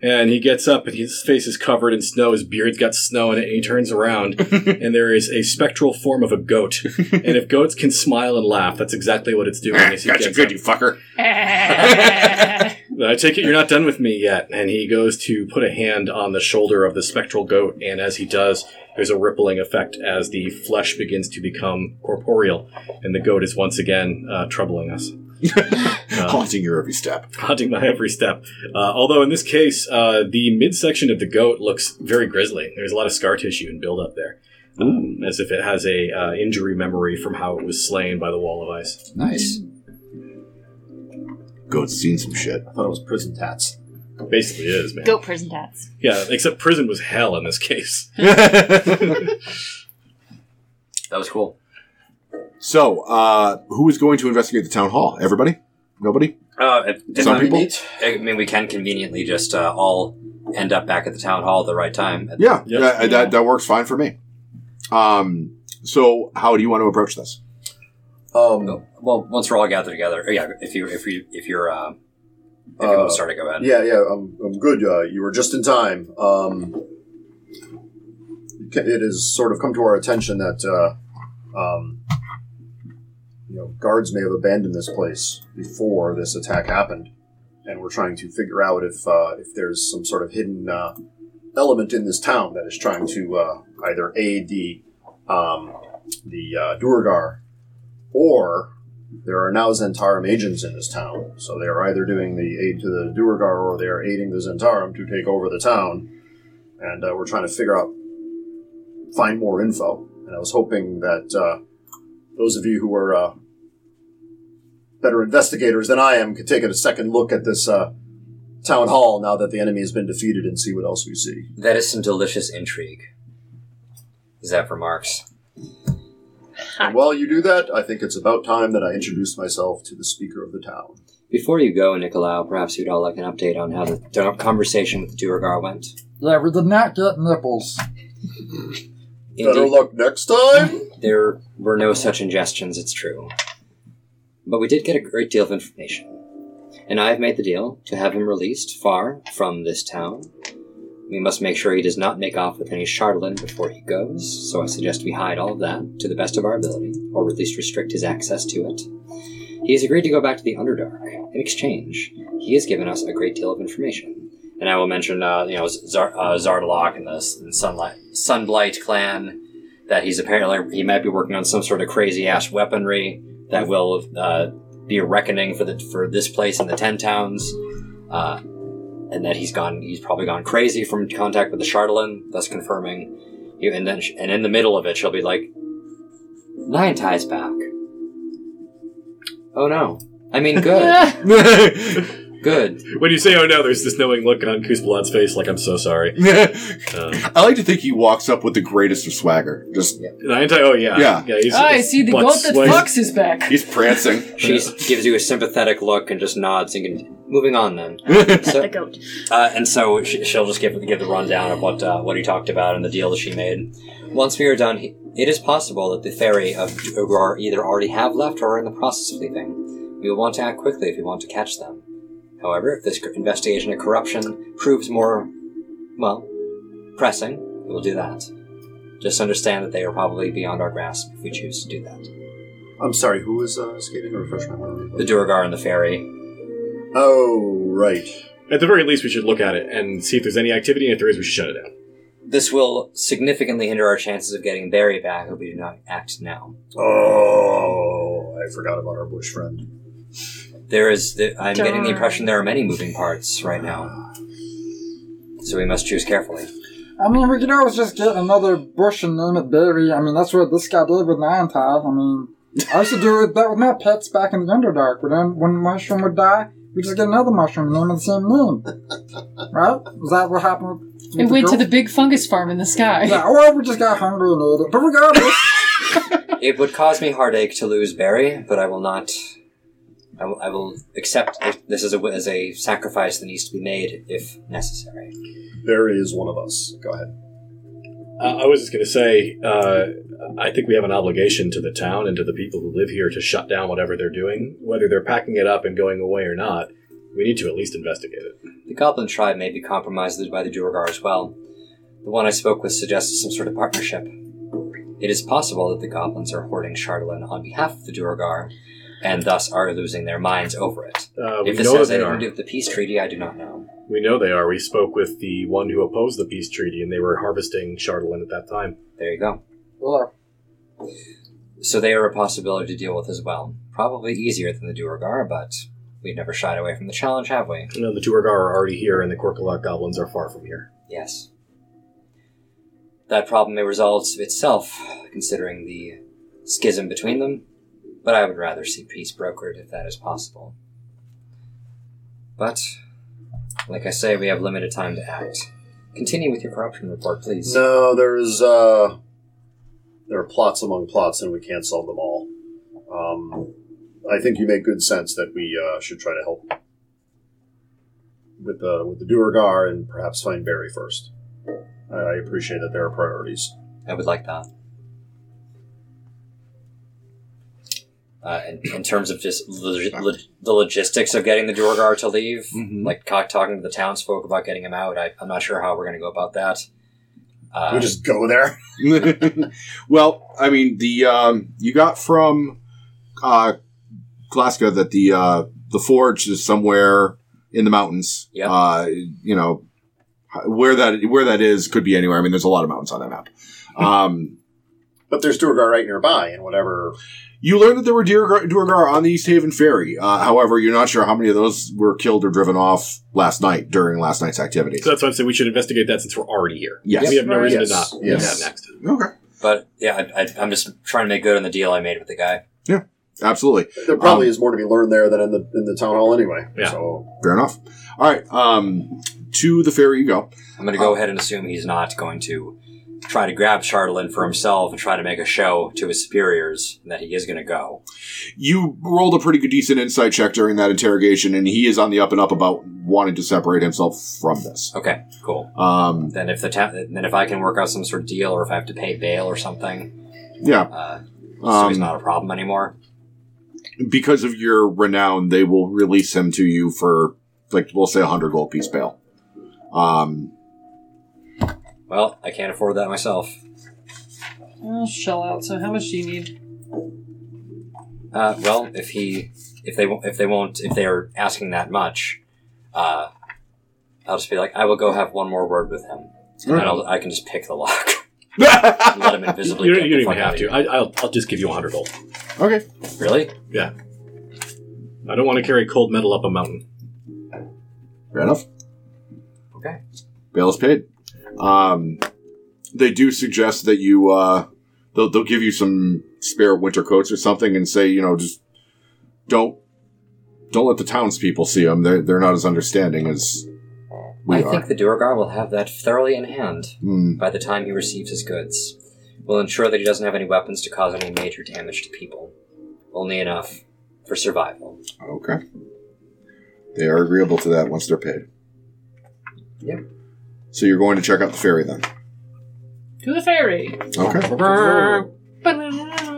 Speaker 3: And he gets up, and his face is covered in snow. His beard's got snow in it. And he turns around, and there is a spectral form of a goat. And if goats can smile and laugh, that's exactly what it's doing. as he
Speaker 2: Gotcha,
Speaker 3: gets
Speaker 2: good,
Speaker 3: up.
Speaker 2: you fucker.
Speaker 3: I take it you're not done with me yet. And he goes to put a hand on the shoulder of the spectral goat, and as he does, there's a rippling effect as the flesh begins to become corporeal, and the goat is once again uh, troubling us. Uh,
Speaker 2: Haunting your every step.
Speaker 3: haunting my every step. Uh, although in this case, uh, the midsection of the goat looks very grisly. There's a lot of scar tissue and buildup there, um, as if it has a uh, injury memory from how it was slain by the wall of ice.
Speaker 1: Nice.
Speaker 2: Goat's seen some shit.
Speaker 7: I thought it was prison tats.
Speaker 3: Basically, is man.
Speaker 6: Goat prison tats.
Speaker 3: Yeah, except prison was hell in this case.
Speaker 1: That was cool.
Speaker 2: So, uh, who is going to investigate the town hall? Everybody? Nobody?
Speaker 1: Uh, it- it-
Speaker 2: Some
Speaker 1: I
Speaker 2: people-
Speaker 1: mean, I mean, we can conveniently just uh, all end up back at the town hall at the right time.
Speaker 2: Yeah,
Speaker 3: Yes.
Speaker 2: that- That, that works fine for me. Um, so, how do you want to approach this?
Speaker 7: Um,
Speaker 1: Well, well, once we're all gathered together, oh, yeah. If you if you if you're uh, if you
Speaker 7: Uh,
Speaker 1: want to start it, go ahead.
Speaker 7: yeah, yeah, I'm, I'm good. Uh, you were just in time. Um, it has sort of come to our attention that uh, um, you know guards may have abandoned this place before this attack happened, and we're trying to figure out if uh, if there's some sort of hidden uh, element in this town that is trying to uh, either aid the um, the uh, Durgar or there are now Zentarum agents in this town, so they are either doing the aid to the Duergar or they are aiding the Zentarum to take over the town. And uh, we're trying to figure out, find more info. And I was hoping that uh, those of you who are uh, better investigators than I am could take a second look at this uh, town hall now that the enemy has been defeated and see what else we see.
Speaker 1: That is some delicious intrigue. Is that for Marks?
Speaker 7: And while you do that, I think it's about time that I introduce myself to the speaker of the town.
Speaker 1: Before you go, Nicolau, perhaps you'd all like an update on how the d- conversation with the Duergar went.
Speaker 5: Never did not get nipples.
Speaker 7: Better
Speaker 1: Indeed,
Speaker 7: luck next time!
Speaker 1: there were no such ingestions, it's true. But we did get a great deal of information. And I have made the deal to have him released far from this town. We must make sure he does not make off with any charlatan before he goes, so I suggest we hide all of that to the best of our ability, or at least restrict his access to it. He has agreed to go back to the Underdark. In exchange, he has given us a great deal of information. And I will mention, uh, you know, Zar- uh, Zardalok and the S- and Sunlight Sunblight clan. That he's apparently he might be working on some sort of crazy ass weaponry that will uh, be a reckoning for the for this place and the ten towns, uh, and that he's gone. He's probably gone crazy from contact with the Shardolin, thus confirming. You- And then, sh- and in the middle of it, she'll be like, "Nine ties back." Oh no! I mean, good, good.
Speaker 3: when you say oh no, there's this knowing look on Kuzbalad's face like I'm so sorry. Uh,
Speaker 2: I like to think he walks up with the greatest of swagger. Just
Speaker 3: and I enti- oh yeah.
Speaker 2: Yeah.
Speaker 3: he's,
Speaker 4: Ah, I see the
Speaker 3: butt
Speaker 4: goat that
Speaker 3: swaying.
Speaker 4: fucks is back.
Speaker 2: he's prancing.
Speaker 1: She s- gives you a sympathetic look and just nods and can, moving on then.
Speaker 6: Pet the
Speaker 1: So,
Speaker 6: goat.
Speaker 1: uh, and so she, she'll just give give the rundown of what uh, what he talked about and the deal that she made. Once we are done, he, it is possible that the ferry of Ugar either already have left or are in the process of leaving. We will want to act quickly if we want to catch them. However, if this cor- investigation of corruption proves more, well, pressing, we will do that. Just understand that they are probably beyond our grasp if we choose to do that.
Speaker 7: I'm sorry, who was uh, escaping? Refresh my memory.
Speaker 1: The Durgar and the ferry
Speaker 7: Oh, right.
Speaker 3: At the very least, we should look at it and see if there's any activity. and If there is, we should shut it down.
Speaker 1: This will significantly hinder our chances of getting Barry back if we do not act now.
Speaker 7: Oh, I forgot about our bush friend.
Speaker 1: There is, the, I'm getting the
Speaker 6: Darn.
Speaker 1: impression there are many moving parts right now, so we must choose carefully.
Speaker 5: I mean, we could always just get another bush and name it Barry. I mean, that's what this guy did with Niantic. I mean, I used to do that with my pets back in the Underdark. When when a mushroom would die, we just get another mushroom and name it the same name. Right? Is that what happened? With, with
Speaker 4: And went to
Speaker 5: girl?
Speaker 4: the big fungus farm in the sky.
Speaker 5: Yeah, or we just got hungry and ate it. But regardless,
Speaker 1: It would cause me heartache to lose Barry, but I will not. I will, I will accept if this is a, as a sacrifice that needs to be made if necessary.
Speaker 7: Barry is one of us. Go ahead.
Speaker 3: Uh, I was just going to say, uh, I think we have an obligation to the town and to the people who live here to shut down whatever they're doing, whether they're packing it up and going away or not. We need to at least investigate it.
Speaker 1: The Goblin tribe may be compromised by the Duergar as well. The one I spoke with suggested some sort of partnership. It is possible that the goblins are hoarding Shardolin on behalf of the Duergar, and thus are losing their minds over it.
Speaker 3: Uh, we
Speaker 1: if this
Speaker 3: know
Speaker 1: has
Speaker 3: they
Speaker 1: anything
Speaker 3: are.
Speaker 1: to do with the peace treaty, I do not know.
Speaker 3: We know they are. We spoke with the one who opposed the peace treaty, and they were harvesting Shardolin at that time.
Speaker 1: There you go.
Speaker 5: Well,
Speaker 1: So they are a possibility to deal with as well. Probably easier than the Duergar, but we've never shied away from the challenge, have we?
Speaker 3: You know, the Tuargar are already here, and the Korkalak goblins are far from here.
Speaker 1: Yes. That problem may resolve itself, considering the schism between them, but I would rather see peace brokered if that is possible. But, like I say, we have limited time to act. Continue with your corruption report, please.
Speaker 7: No, there's uh, there are plots among plots, and we can't solve them all. Um, I think you make good sense that we uh, should try to help with the with the Duergar and perhaps find Barry first. I, I appreciate that there are priorities.
Speaker 1: I would like that. Uh, in, in terms of just log- lo- the logistics of getting the Dorgar to leave,
Speaker 5: Mm-hmm.
Speaker 2: Mhm.
Speaker 1: like co- talking to the townsfolk about getting him out, I, I'm not sure how we're going to go about that. Uh,
Speaker 7: Do we just go there.
Speaker 2: well, I mean, the um, you got from uh, Glasgow that the uh, the forge is somewhere in the mountains.
Speaker 1: Yeah.
Speaker 2: Uh, you know where that where that is could be anywhere. I mean, there's a lot of mountains on that map. Um,
Speaker 7: But there's Duergar right nearby, and whatever.
Speaker 2: You learned that there were Duergar Duergar on the East Haven Ferry. Uh, however, you're not sure how many of those were killed or driven off last night during last night's activities.
Speaker 3: So that's why I'm saying we should investigate that since we're already here.
Speaker 2: Yes.
Speaker 3: We have no reason to
Speaker 7: Yes.
Speaker 3: not.
Speaker 7: Yes.
Speaker 3: Yeah, next.
Speaker 2: Okay.
Speaker 1: But yeah, I, I, I'm just trying to make good on the deal I made with the guy.
Speaker 2: Absolutely.
Speaker 7: There probably
Speaker 2: Um,
Speaker 7: is more to be learned there than in the in the town hall anyway.
Speaker 3: Yeah.
Speaker 7: So
Speaker 2: Fair enough. All right. Um, to the ferry you go.
Speaker 1: I'm going to go ahead and assume he's not going to try to grab Chardolin for himself and try to make a show to his superiors, and that he is going to go.
Speaker 2: You rolled a pretty good, decent insight check during that interrogation, and he is on the up and up about wanting to separate himself from this.
Speaker 1: Okay, cool.
Speaker 2: Um,
Speaker 1: Then if the ta- then if I can work out some sort of deal, or if I have to pay bail or something,
Speaker 2: yeah.
Speaker 1: uh, so he's
Speaker 2: Um,
Speaker 1: not a problem anymore.
Speaker 2: because of your renown, they will release him to you for, like, we'll say, a hundred gold piece bail. Um,
Speaker 1: Well, I can't afford that myself.
Speaker 4: I'll shell out. So how much do you need?
Speaker 1: Uh, well, if he if they won't if they won't if they're asking that much, uh, I'll just be like, I will go have one more word with him, and then I'll, I can just pick the lock. and let him
Speaker 3: You
Speaker 1: invisibly.
Speaker 3: don't,
Speaker 1: get
Speaker 3: you
Speaker 1: the
Speaker 3: don't even
Speaker 1: fuck
Speaker 3: have
Speaker 1: out
Speaker 3: to.
Speaker 1: of
Speaker 3: I, I'll, I'll just give you 100 gold.
Speaker 2: okay.
Speaker 1: here. Really?
Speaker 3: Yeah. I don't want to carry cold metal up a mountain.
Speaker 2: Fair enough.
Speaker 1: Okay.
Speaker 2: Bail is paid. Um, they do suggest that you uh, they'll they'll give you some spare winter coats or something, and say you know just don't don't let the townspeople see them. They're they're not as understanding as we
Speaker 1: I
Speaker 2: are.
Speaker 1: think the Durgar will have that thoroughly in hand
Speaker 2: Hmm.
Speaker 1: by the time he receives his goods. We'll ensure that he doesn't have any weapons to cause any major damage to people. Only enough for survival.
Speaker 2: Okay. They are agreeable to that once they're paid.
Speaker 1: Yep.
Speaker 2: So you're going to check out the ferry then.
Speaker 4: To the ferry.
Speaker 2: Okay.
Speaker 4: Ba-da-da-da-da.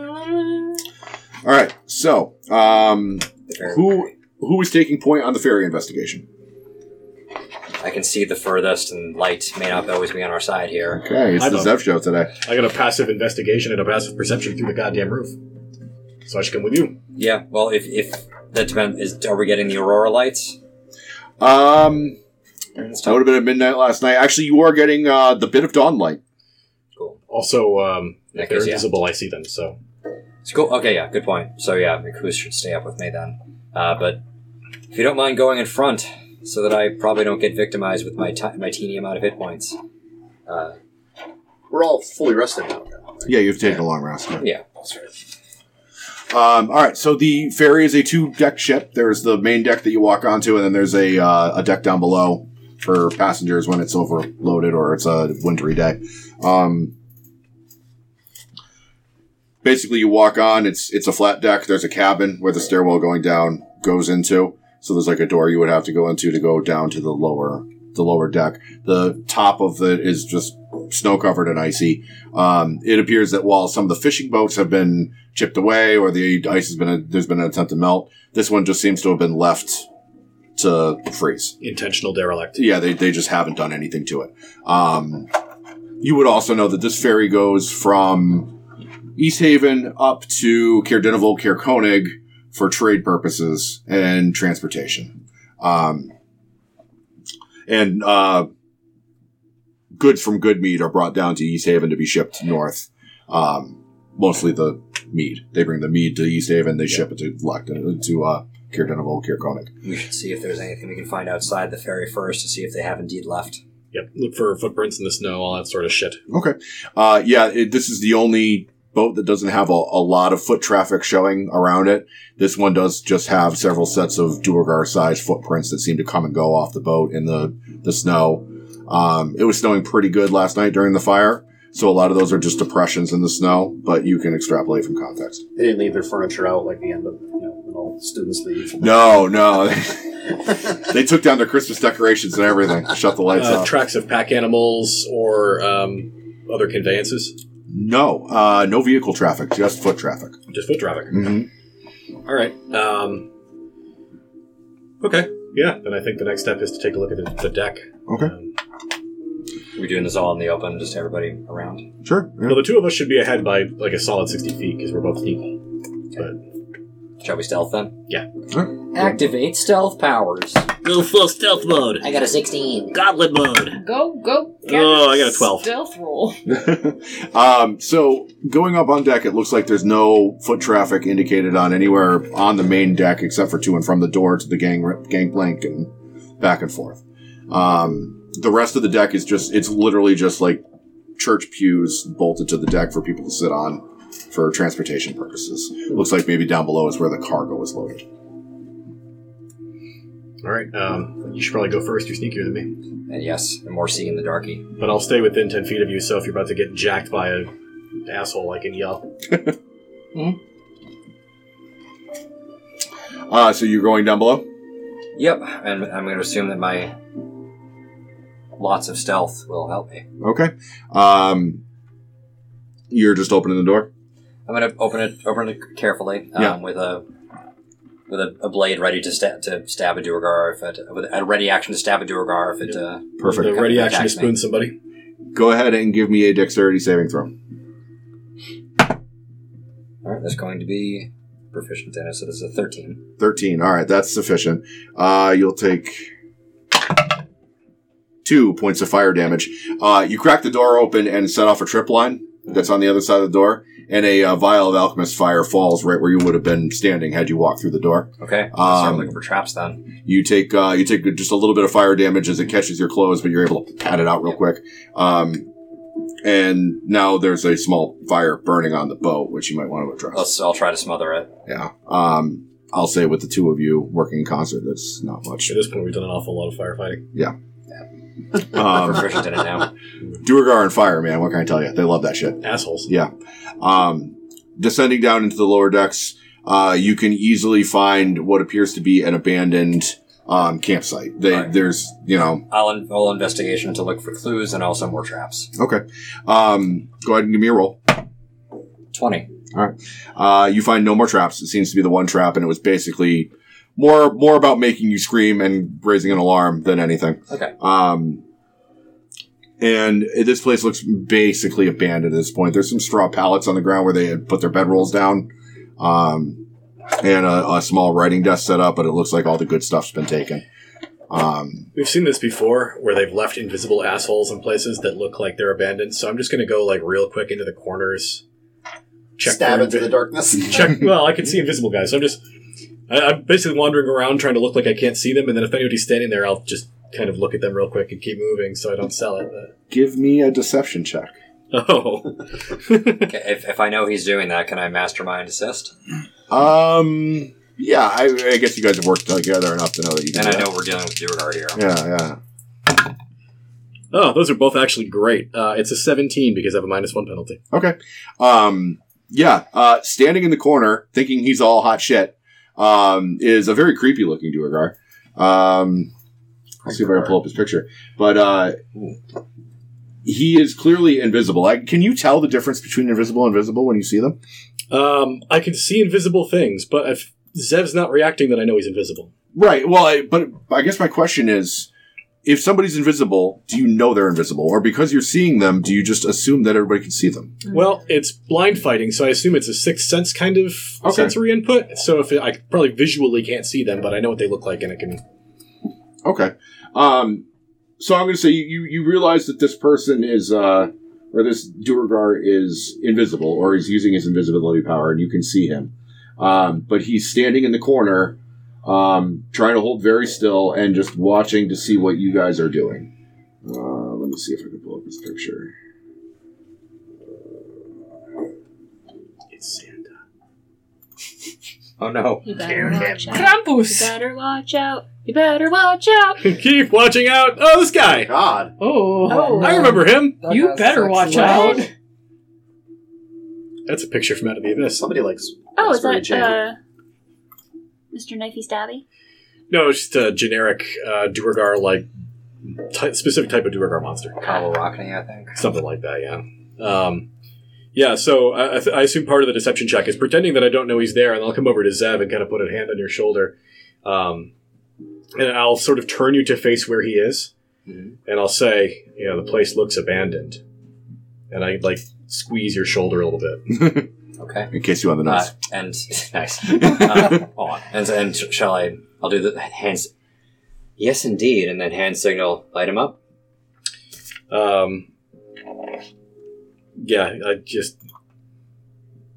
Speaker 2: All right. So, um,
Speaker 1: The very-
Speaker 2: who who is taking point on the ferry investigation?
Speaker 1: I can see the furthest, and light may not always be on our side here.
Speaker 2: Okay, it's
Speaker 3: I'm
Speaker 2: the
Speaker 3: up.
Speaker 2: Zev show today.
Speaker 3: I got a passive investigation and a passive perception through the goddamn roof. So I should come with you.
Speaker 1: Yeah, well, if, if that depends, is, are we getting the aurora lights?
Speaker 2: Um, I would have been at midnight last night. Actually, you are getting uh, the bit of dawn light.
Speaker 1: Cool.
Speaker 3: Also, um,
Speaker 1: That
Speaker 3: if they're
Speaker 1: goes, yeah.
Speaker 3: invisible, I see them. So
Speaker 1: It's cool. Okay, yeah, good point. So yeah, Mikus should stay up with me then. Uh, but if you don't mind going in front, so that I probably don't get victimized with my ti my teeny amount of hit points. Uh,
Speaker 7: We're all fully rested now.
Speaker 2: Yeah, you've taken a long rest.
Speaker 1: yeah.
Speaker 2: Um, all right. So the ferry is a two deck ship. There's the main deck that you walk onto, and then there's a uh, a deck down below for passengers when it's overloaded or it's a wintry day. Um, basically, you walk on. It's it's a flat deck. There's a cabin where the stairwell going down goes into. So there's like a door you would have to go into to go down to the lower the lower deck. The top of it is just snow covered and icy. Um, it appears that while some of the fishing boats have been chipped away or the ice has been a, there's been an attempt to melt. This one just seems to have been left to freeze.
Speaker 3: intentional derelict.
Speaker 2: Yeah, they, they just haven't done anything to it. Um, you would also know that this ferry goes from East Haven up to Cairdeniville, Cair Koenig for trade purposes and transportation. Um, and uh, goods from good mead are brought down to East Haven to be shipped north. Um, mostly the mead. They bring the mead to East Haven, they ship it to Lockton, to uh, Cairdeniville, Cair Koenig.
Speaker 1: We should see if there's anything we can find outside the ferry first to see if they have indeed left.
Speaker 3: Yep. Look for footprints in the snow, all that sort of shit.
Speaker 2: Okay. Uh, yeah, it, this is the only boat that doesn't have a, a lot of foot traffic showing around it. This one does just have several sets of Duergar sized footprints that seem to come and go off the boat in the, the snow. Um, it was snowing pretty good last night during the fire. So a lot of those are just depressions in the snow, but you can extrapolate from context.
Speaker 7: They didn't leave their furniture out like the end of, you know, when all students leave.
Speaker 2: No, no. they took down their Christmas decorations and everything. Shut the lights
Speaker 3: Uh,
Speaker 2: off.
Speaker 3: tracks of pack animals or um, other conveyances.
Speaker 2: no, uh, no vehicle traffic, just foot traffic.
Speaker 3: Just foot traffic.
Speaker 2: Mm-hmm.
Speaker 3: All right. Um, okay. Yeah. Then I think the next step is to take a look at the, the deck.
Speaker 2: Okay.
Speaker 3: Um,
Speaker 1: We're doing this all in the open, just everybody around.
Speaker 2: Sure. yeah.
Speaker 3: well, the two of us should be ahead by like a solid sixty feet because we're both sneaky.
Speaker 1: Shall we stealth then?
Speaker 3: Yeah.
Speaker 1: Activate stealth powers.
Speaker 8: Go full stealth mode.
Speaker 1: I got a 16.
Speaker 8: Goblin mode.
Speaker 4: Go, go. get
Speaker 3: Oh,
Speaker 4: it.
Speaker 3: I got a 12.
Speaker 4: Stealth roll.
Speaker 2: um, so going up on deck, it looks like there's no foot traffic indicated on anywhere on the main deck except for to and from the door to the gang gangplank and back and forth. Um, the rest of the deck is just it's literally just like church pews bolted to the deck for people to sit on for transportation purposes. Looks like maybe down below is where the cargo is loaded.
Speaker 3: All right. Um, you should probably go first. You're sneakier than me,
Speaker 1: And yes, and more seeing the darky.
Speaker 3: but I'll stay within ten feet of you. So if you're about to get jacked by a asshole, I can yell.
Speaker 2: Uh, so you're going down below.
Speaker 1: Yep, and I'm going to assume that my lots of stealth will help me.
Speaker 2: Okay. Um, you're just opening the door.
Speaker 1: I'm gonna open it, open it carefully um,
Speaker 2: Yeah.
Speaker 1: with a with a, a blade ready to sta- to stab a Durgar if it with a ready action to stab a Durgar if it. Uh,
Speaker 2: Perfect.
Speaker 3: The ready
Speaker 1: Attack
Speaker 3: action
Speaker 1: me.
Speaker 3: to spoon somebody.
Speaker 2: Go ahead and give me a dexterity saving throw.
Speaker 1: all right, that's going to be proficient in it. So this is a 13.
Speaker 2: 13. All right, that's sufficient. Uh, you'll take two points of fire damage. Uh, you crack the door open and set off a trip line that's on the other side of the door, and a uh, vial of alchemist fire falls right where you would have been standing had you walked through the door.
Speaker 1: Okay. I'll start
Speaker 2: Um,
Speaker 1: looking for traps then.
Speaker 2: You take uh, you take just a little bit of fire damage as it catches your clothes, but you're able to pat it out real quick. Um, and now there's a small fire burning on the boat, which you might want to address.
Speaker 1: I'll, I'll try to smother it.
Speaker 2: Yeah. Um, I'll say with the two of you working in concert, that's not much.
Speaker 3: At this point, we've done an awful lot of firefighting.
Speaker 1: I'm
Speaker 2: Um,
Speaker 1: proficient in it now.
Speaker 2: Duergar and Fire, man, what can I tell you? They love that shit.
Speaker 3: Assholes.
Speaker 2: Yeah. Um, descending down into the lower decks, uh, you can easily find what appears to be an abandoned um, campsite. They,
Speaker 1: Right.
Speaker 2: There's, you know,
Speaker 1: I'll, in, I'll investigation to look for clues and also more traps.
Speaker 2: okay. Um, go ahead and give me a roll.
Speaker 1: 20.
Speaker 2: Uh, you find no more traps. It seems to be the one trap, and it was basically more more about making you scream and raising an alarm than anything.
Speaker 1: Okay.
Speaker 2: Um, and this place looks basically abandoned at this point. There's some straw pallets on the ground where they had put their bedrolls down, um, and a, a small writing desk set up, but it looks like all the good stuff's been taken. Um,
Speaker 3: We've seen this before, where they've left invisible assholes in places that look like they're abandoned. So I'm just going to go like real quick into the corners, check
Speaker 7: Stab
Speaker 3: for
Speaker 7: into
Speaker 3: invi-
Speaker 7: the darkness.
Speaker 3: Check. Well, I can see invisible guys, so I'm just I, I'm basically wandering around trying to look like I can't see them, and then if anybody's standing there, I'll just kind of look at them real quick and keep moving so I don't sell it.
Speaker 2: give me a deception check.
Speaker 3: But- oh,
Speaker 1: Okay, if, if I know he's doing that, can I mastermind assist?
Speaker 2: Um, yeah, I, I guess you guys have worked together enough to know that you can.
Speaker 1: And I
Speaker 2: do that.
Speaker 1: know we're dealing with Duergar here.
Speaker 2: Yeah, yeah.
Speaker 3: oh, those are both actually great. Uh, it's a 17 because I have a minus one penalty.
Speaker 2: Okay. Um, yeah. Uh, standing in the corner, thinking he's all hot shit, um, is a very creepy looking Duergar. Um, let's see if I can pull up his picture. But uh, he is clearly invisible. I, can you tell the difference between invisible and visible when you see them?
Speaker 3: Um, I can see invisible things, but if Zev's not reacting, then I know he's invisible.
Speaker 2: Right. Well, I, but I guess my question is. If somebody's invisible, do you know they're invisible? Or because you're seeing them, do you just assume that everybody can see them?
Speaker 3: Well, it's blind fighting, so I assume it's a sixth sense kind of
Speaker 2: Okay.
Speaker 3: sensory input. So if it, I probably visually can't see them, but I know what they look like, and I can.
Speaker 2: Okay. Um, so I'm going to say you, you realize that this person is, uh, or this Duergar is invisible, or he's using his invisibility power, and you can see him. Um, but he's standing in the corner, um, trying to hold very still and just watching to see what you guys are doing. Uh, let me see if I can pull up his picture.
Speaker 3: It's Santa.
Speaker 1: Oh no.
Speaker 6: You better watch out. You
Speaker 4: Krampus!
Speaker 6: better watch out. You better watch out.
Speaker 3: Keep watching out! Oh, this guy!
Speaker 7: God.
Speaker 4: Oh,
Speaker 5: Oh,
Speaker 3: I remember him.
Speaker 5: That
Speaker 4: you
Speaker 5: guy's
Speaker 4: better
Speaker 5: sexy.
Speaker 4: watch
Speaker 6: What?
Speaker 4: out.
Speaker 3: That's a picture from Out of the Abyss.
Speaker 7: Somebody likes.
Speaker 6: Oh, is
Speaker 7: raspberry
Speaker 6: that
Speaker 7: jam.
Speaker 6: uh, Mr. Knifey Stabby?
Speaker 3: No, it's just a generic uh, Duergar, like ty- specific type of Duergar monster,
Speaker 2: Uh-huh.
Speaker 1: Kyle Rockney, I think.
Speaker 3: something like that. Yeah, um, yeah. So I, I th- I assume part of the deception check is pretending that I don't know he's there, and I'll come over to Zev and kind of put a hand on your shoulder, um, and I'll sort of turn you to face where he is,
Speaker 1: Mhm.
Speaker 3: and I'll say, "You know, the place looks abandoned," and I like squeeze your shoulder a little bit.
Speaker 1: Okay.
Speaker 2: In case you want the
Speaker 1: Uh,
Speaker 2: notes.
Speaker 1: and nice. Uh, on. And, and sh- shall I? I'll do the hands. Yes, indeed. And then hand signal, light him up.
Speaker 3: Um, yeah, I just.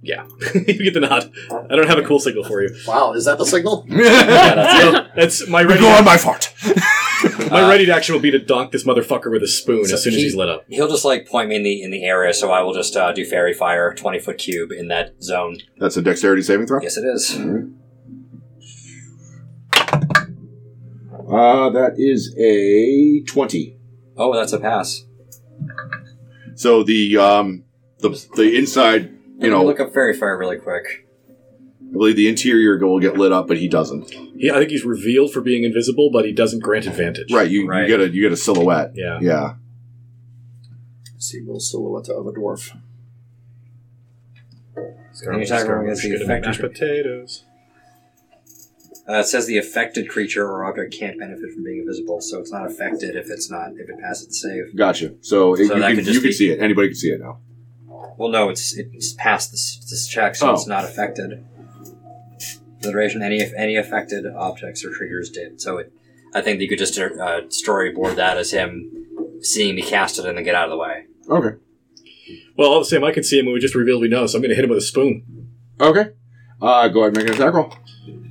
Speaker 3: Yeah, you get the nod. I don't have a cool signal for you.
Speaker 7: Wow, is that the signal?
Speaker 3: So that's my ready.
Speaker 2: go on my fart.
Speaker 3: my ready to action will be to donk this motherfucker with a spoon
Speaker 1: Uh, So
Speaker 3: as soon as
Speaker 1: he-
Speaker 3: he's lit up.
Speaker 1: He'll just like point me in the in the area, so I will just uh, do fairy fire, twenty foot cube in that zone.
Speaker 2: That's a dexterity saving throw.
Speaker 1: Yes, it is.
Speaker 2: Uh, that is a 20.
Speaker 1: Oh, that's a pass.
Speaker 2: So the um the the inside, you
Speaker 1: Let me
Speaker 2: know,
Speaker 1: look up fairy fire really quick.
Speaker 2: I believe the interior will get lit up, but he doesn't.
Speaker 3: He, I think he's revealed for being invisible, but he doesn't grant advantage.
Speaker 2: Right, you,
Speaker 1: Right.
Speaker 2: you get a you get a silhouette.
Speaker 3: Yeah.
Speaker 2: Yeah.
Speaker 7: see a little silhouette of a dwarf.
Speaker 1: Anytime everyone gets the
Speaker 3: Good at
Speaker 1: effect-
Speaker 3: mashed potatoes.
Speaker 1: Uh, it says the affected creature or object can't benefit from being invisible, so it's not affected if it's not if it passes the save.
Speaker 2: Gotcha. So, it,
Speaker 1: So
Speaker 2: you,
Speaker 1: that
Speaker 2: can,
Speaker 1: could just
Speaker 2: you can
Speaker 1: be-
Speaker 2: see it. Anybody can see it now.
Speaker 1: Well, no, it's it's passed this this check, so
Speaker 2: Oh.
Speaker 1: it's not affected. The duration any if any affected objects or triggers did. So it, I think you could just uh, storyboard that as him seeing me cast it and then get out of the way.
Speaker 2: Okay.
Speaker 3: Well, all the same, I can see him and we just revealed we know, so I'm going to hit him with a spoon,
Speaker 2: Okay. Uh, go ahead and make an attack roll.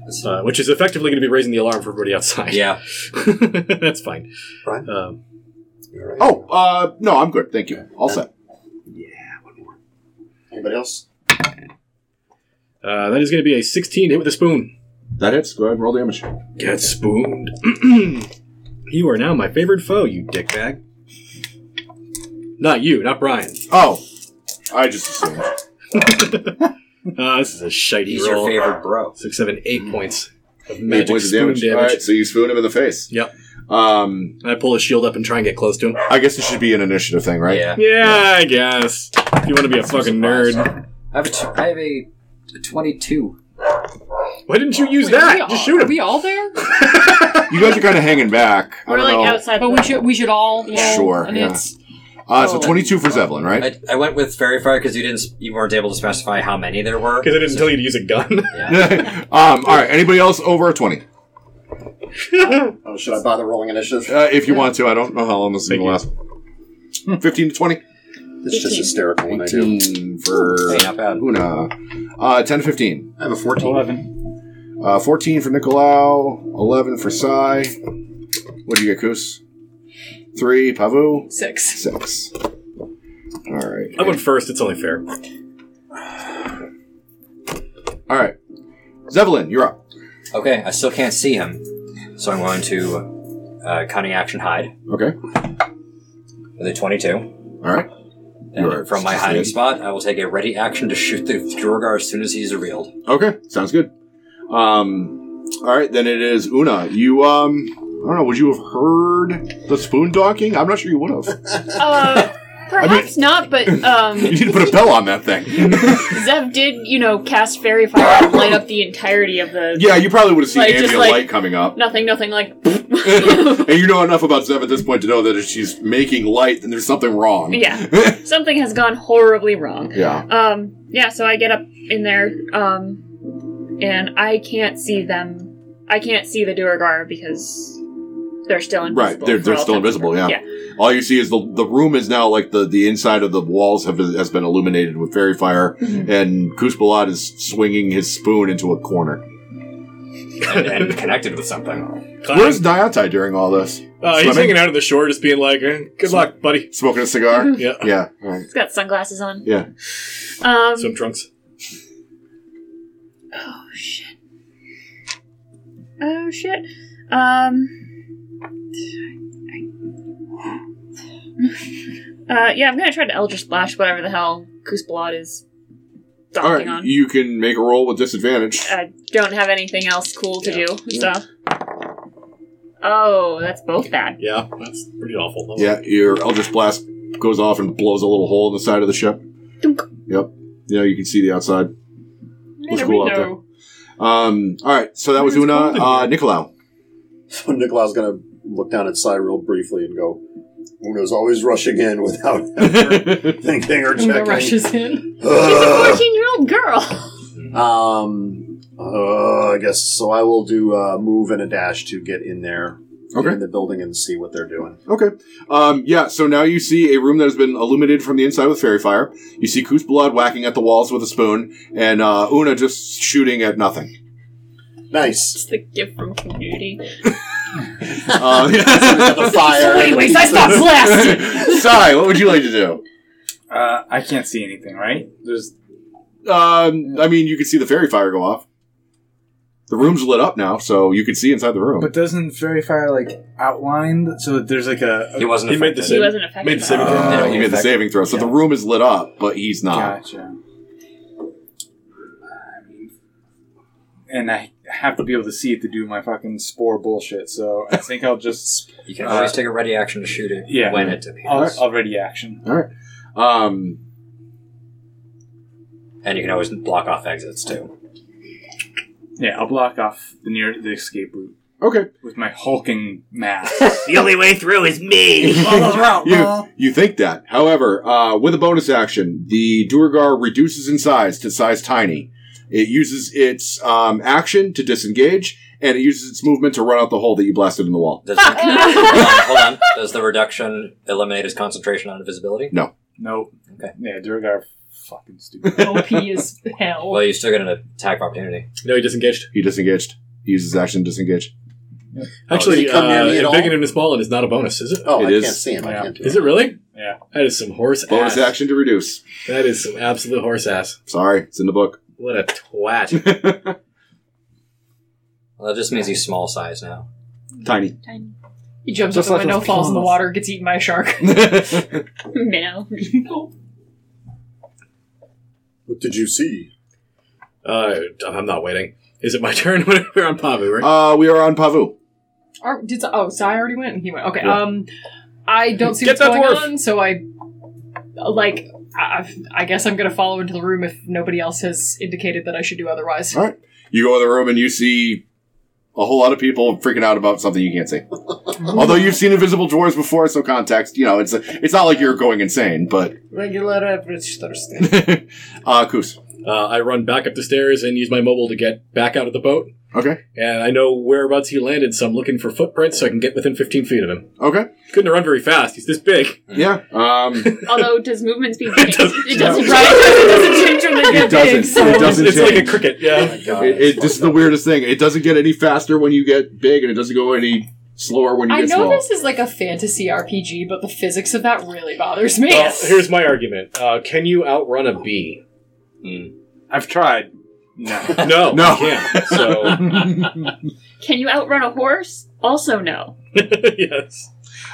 Speaker 1: That's
Speaker 3: uh, which is effectively going to be raising the alarm for everybody outside.
Speaker 1: Yeah.
Speaker 3: That's fine.
Speaker 7: Brian?
Speaker 3: Um,
Speaker 7: You're right.
Speaker 2: Oh, uh, no, I'm good. Thank you. All set.
Speaker 7: Anybody else?
Speaker 3: uh, that is going to be a 16 hit with a spoon.
Speaker 2: That hits. Go ahead and roll damage.
Speaker 3: Get spooned. you are now my favorite foe, you dickbag. Not you, not Brian.
Speaker 2: Oh, I just assumed.
Speaker 3: Uh, this is a shitey
Speaker 1: He's
Speaker 3: roll.
Speaker 1: your favorite bro.
Speaker 3: Six, seven, eight points of
Speaker 2: Eight
Speaker 3: magic
Speaker 2: points of
Speaker 3: spoon
Speaker 2: damage.
Speaker 3: damage.
Speaker 2: All right, so you spoon him in the face.
Speaker 3: Yep.
Speaker 2: Um,
Speaker 3: I pull his shield up and try and get close to him.
Speaker 2: I guess it should be an initiative thing, right?
Speaker 1: Yeah.
Speaker 3: Yeah, I guess. If you want to be a fucking nerd.
Speaker 1: I have a, tw- I have a, a 22.
Speaker 3: Why didn't you use
Speaker 4: Wait, are we
Speaker 3: that?
Speaker 4: all-
Speaker 3: Just shoot
Speaker 4: Are
Speaker 3: him.
Speaker 4: we all there?
Speaker 2: You guys are kind of hanging back. I
Speaker 6: We're
Speaker 2: don't
Speaker 6: like
Speaker 2: know.
Speaker 6: outside.
Speaker 4: But
Speaker 6: the-
Speaker 4: we should we should all roll,
Speaker 2: Sure,
Speaker 4: And
Speaker 2: yeah.
Speaker 4: it's
Speaker 2: Uh, so
Speaker 4: Oh.
Speaker 2: 22 for Zevlin, right?
Speaker 1: I, I went with Fairy Fire because you didn't s- you weren't able to specify how many there were.
Speaker 3: Because I didn't tell you to use a gun.
Speaker 1: Yeah.
Speaker 2: um, all right. Anybody else over 20?
Speaker 7: Oh, should I bother rolling initiative?
Speaker 2: Uh, if you want to. I don't know how long this is going
Speaker 3: Thank
Speaker 2: to last. 15 to 20?
Speaker 7: It's just hysterical when I do.
Speaker 2: 18 for
Speaker 1: Hey, not bad.
Speaker 2: Una. Uh, 10 to 15.
Speaker 7: I have a 14.
Speaker 5: Eleven.
Speaker 2: Uh, 14 for Nicolau. 11 for Sai. What do you get, Koos? 3, Pavu.
Speaker 4: six.
Speaker 2: 6. All right.
Speaker 3: I went first, it's only fair.
Speaker 2: All right. Zevlin, you're up.
Speaker 1: Okay, I still can't see him, so I'm going to uh, cunning action hide
Speaker 2: Okay.
Speaker 1: with a 22.
Speaker 2: All right.
Speaker 1: And
Speaker 2: You are
Speaker 1: from my
Speaker 2: just
Speaker 1: hiding
Speaker 2: in.
Speaker 1: spot, I will take a ready action to shoot the Drogar as soon as he's revealed.
Speaker 2: Okay. Sounds good. Um, all right. Then it is Una. You, um, I don't know. Would you have heard the spoon donking? I'm not sure you would have.
Speaker 6: Uh, perhaps not, but
Speaker 2: You
Speaker 6: um,
Speaker 2: need to put a bell on that thing.
Speaker 6: Zev did, you know, cast fairy fire and light up the entirety of the.
Speaker 2: Yeah, you probably would have seen
Speaker 6: Like,
Speaker 2: ambient
Speaker 6: just like-
Speaker 2: light coming up.
Speaker 6: Nothing, nothing like.
Speaker 2: and you know enough about Zev at this point to know that if she's making light, then there's something wrong.
Speaker 6: yeah, something has gone horribly wrong.
Speaker 2: Yeah.
Speaker 6: Um, yeah, so I get up in there, um, and I can't see them. I can't see the Duragar because they're still invisible.
Speaker 2: Right, they're-
Speaker 6: for
Speaker 2: they're
Speaker 6: all
Speaker 2: still
Speaker 6: time.
Speaker 2: invisible, yeah.
Speaker 6: Yeah.
Speaker 2: All you see is the the room is now like the the inside of the walls have has been illuminated with fairy fire,
Speaker 6: Mm-hmm.
Speaker 2: and Kuzbalat is swinging his spoon into a corner.
Speaker 1: And, and connected with something.
Speaker 2: Where's Diatai during all this?
Speaker 3: Uh, he's
Speaker 2: Swimming?
Speaker 3: hanging out on the shore, just being like, eh, "Good luck, buddy."
Speaker 2: Smoking a cigar.
Speaker 3: Yeah,
Speaker 6: Mm-hmm.
Speaker 2: yeah. All right.
Speaker 6: He's got sunglasses on.
Speaker 2: Yeah.
Speaker 6: Um,
Speaker 3: swim trunks.
Speaker 6: Oh shit. Oh shit. Um. uh, yeah, I'm gonna try to Eldritch Blast whatever the hell Goose Blood is
Speaker 2: All
Speaker 6: docking
Speaker 2: right.
Speaker 6: on.
Speaker 2: You can make a roll with disadvantage.
Speaker 6: I don't have anything else cool to do, so. Oh, that's both bad.
Speaker 3: Yeah, that's pretty awful.
Speaker 2: Yeah, your Eldritch Blast goes off and blows a little hole in the side of the ship.
Speaker 6: Dunk.
Speaker 2: Yep. Yeah, you can see the outside. Looks cool out there. Um, all right, so that was Una. Uh, Nicolau.
Speaker 7: So Nikolai's going to look down at Cy real briefly and go, Uno's always rushing in without ever thinking or
Speaker 4: And the
Speaker 7: checking.
Speaker 4: rushes in.
Speaker 6: She's a
Speaker 3: Uh.
Speaker 7: Ugh.
Speaker 6: 14 year old girl!
Speaker 7: Um, uh, I guess so. I will do uh, move and a dash to get in there, get
Speaker 2: Okay.
Speaker 7: in the building, and see what they're doing.
Speaker 2: Okay. Um, yeah, so now you see a room that has been illuminated from the inside with fairy fire. You see Koos Blood whacking at the walls with a spoon, and uh, Una just shooting at nothing.
Speaker 7: Nice.
Speaker 6: It's the gift from community.
Speaker 2: Uh,
Speaker 7: the fire.
Speaker 6: Anyways, I stopped blasting!
Speaker 2: Sai, what would you like to do?
Speaker 5: Uh, I can't see anything, right? There's
Speaker 2: Um, I mean, you can see the fairy fire go off. The room's lit up now, so you can see inside the room.
Speaker 9: But doesn't Fairy Fire like outlined so that there's like a,
Speaker 1: He wasn't
Speaker 3: He
Speaker 1: affected.
Speaker 3: made the
Speaker 6: He
Speaker 3: same.
Speaker 6: wasn't affected.
Speaker 3: Made the
Speaker 6: by
Speaker 3: saving
Speaker 6: it.
Speaker 3: throw.
Speaker 2: Uh,
Speaker 1: Oh,
Speaker 2: he made the saving throw, so the room is lit up, but he's
Speaker 9: Oh.
Speaker 2: not.
Speaker 9: gotcha? I mean, And I have to be able to see it to do my fucking spore bullshit. So I think I'll just
Speaker 1: You
Speaker 2: Uh,
Speaker 1: can always take a ready action to shoot it
Speaker 9: yeah.
Speaker 1: when it appears.
Speaker 9: I'll, I'll ready action.
Speaker 2: Um,
Speaker 1: And you can always block off exits too.
Speaker 9: Yeah, I'll block off the near the escape route
Speaker 2: okay.
Speaker 9: with my hulking mass.
Speaker 8: The only way through is me.
Speaker 2: you, you think that. However, uh, with a bonus action, the Durgar reduces in size to size tiny. It uses its um, action to disengage, and it uses its movement to run out the hole that you blasted in the wall.
Speaker 1: Does hold, on, hold on. Does the reduction eliminate his concentration on invisibility?
Speaker 9: nope. Yeah, Durgar are fucking stupid.
Speaker 4: OP is hell.
Speaker 1: Well, you still get an attack of opportunity.
Speaker 3: No, he disengaged.
Speaker 2: He disengaged. He uses his action to disengage.
Speaker 3: Actually,
Speaker 7: he come near
Speaker 3: uh,
Speaker 7: me at
Speaker 3: if
Speaker 7: all?
Speaker 3: big and small is not a bonus, is it?
Speaker 7: Oh,
Speaker 2: It
Speaker 7: I
Speaker 2: is.
Speaker 7: can't see him. I can't do
Speaker 3: Is
Speaker 7: it.
Speaker 3: it really?
Speaker 9: Yeah.
Speaker 3: That is some horse
Speaker 2: Bonus
Speaker 3: ass.
Speaker 2: action to reduce.
Speaker 3: That is some absolute horse ass.
Speaker 2: Sorry, it's in the book.
Speaker 3: What a twat.
Speaker 1: Well, that just means he's small size now.
Speaker 2: Tiny.
Speaker 6: Tiny
Speaker 4: He jumps out
Speaker 5: Just
Speaker 4: the
Speaker 5: like
Speaker 4: window,
Speaker 5: those
Speaker 4: falls in the
Speaker 5: clowns.
Speaker 4: water, gets eaten by a shark.
Speaker 6: minnow.
Speaker 7: What did you see?
Speaker 3: Uh, I'm not waiting. Is it my turn? We're on Pavu, right?
Speaker 2: Uh, we are on Pavu.
Speaker 4: Or did Si- oh, Sai already went. He went. Okay.
Speaker 2: Yeah.
Speaker 4: Um, I don't see what's
Speaker 3: Get that
Speaker 4: going
Speaker 3: dwarf!
Speaker 4: on, so I like. I, I guess I'm gonna follow into the room if nobody else has indicated that I should do otherwise.
Speaker 2: All right. You go in the room and you see a whole lot of people freaking out about something you can't see. Although you've seen invisible dwarves before, so context, you know, it's it's not like you're going insane, but
Speaker 4: Regular average Thursday.
Speaker 2: uh Koos.
Speaker 3: Uh, I run back up the stairs and use my mobile to get back out of the boat.
Speaker 2: Okay.
Speaker 3: And I know whereabouts he landed, so I'm looking for footprints so I can get within 15 feet of him.
Speaker 2: Okay.
Speaker 3: Couldn't have run very fast. He's this big.
Speaker 2: Yeah. Um
Speaker 6: Although, does movement speed
Speaker 3: It
Speaker 6: change?
Speaker 3: doesn't-
Speaker 6: It doesn't,
Speaker 4: Right,
Speaker 6: right?
Speaker 4: it doesn't change when they
Speaker 2: It
Speaker 4: get big.
Speaker 2: doesn't.
Speaker 4: So
Speaker 2: It doesn't
Speaker 3: it's like a
Speaker 2: change.
Speaker 3: cricket, yeah.
Speaker 7: God,
Speaker 2: It, it, this is the weirdest thing. It doesn't get any faster when you get big, and it doesn't go any slower when you
Speaker 4: I
Speaker 2: get
Speaker 4: know
Speaker 2: small.
Speaker 4: this is like a fantasy RPG, but the physics of that really bothers me.
Speaker 3: Well, here's my argument. Uh, can you outrun a bee?
Speaker 9: I've tried. No.
Speaker 3: No,
Speaker 2: No.
Speaker 3: you can't. So,
Speaker 6: Can you outrun a horse? Also, no.
Speaker 3: yes.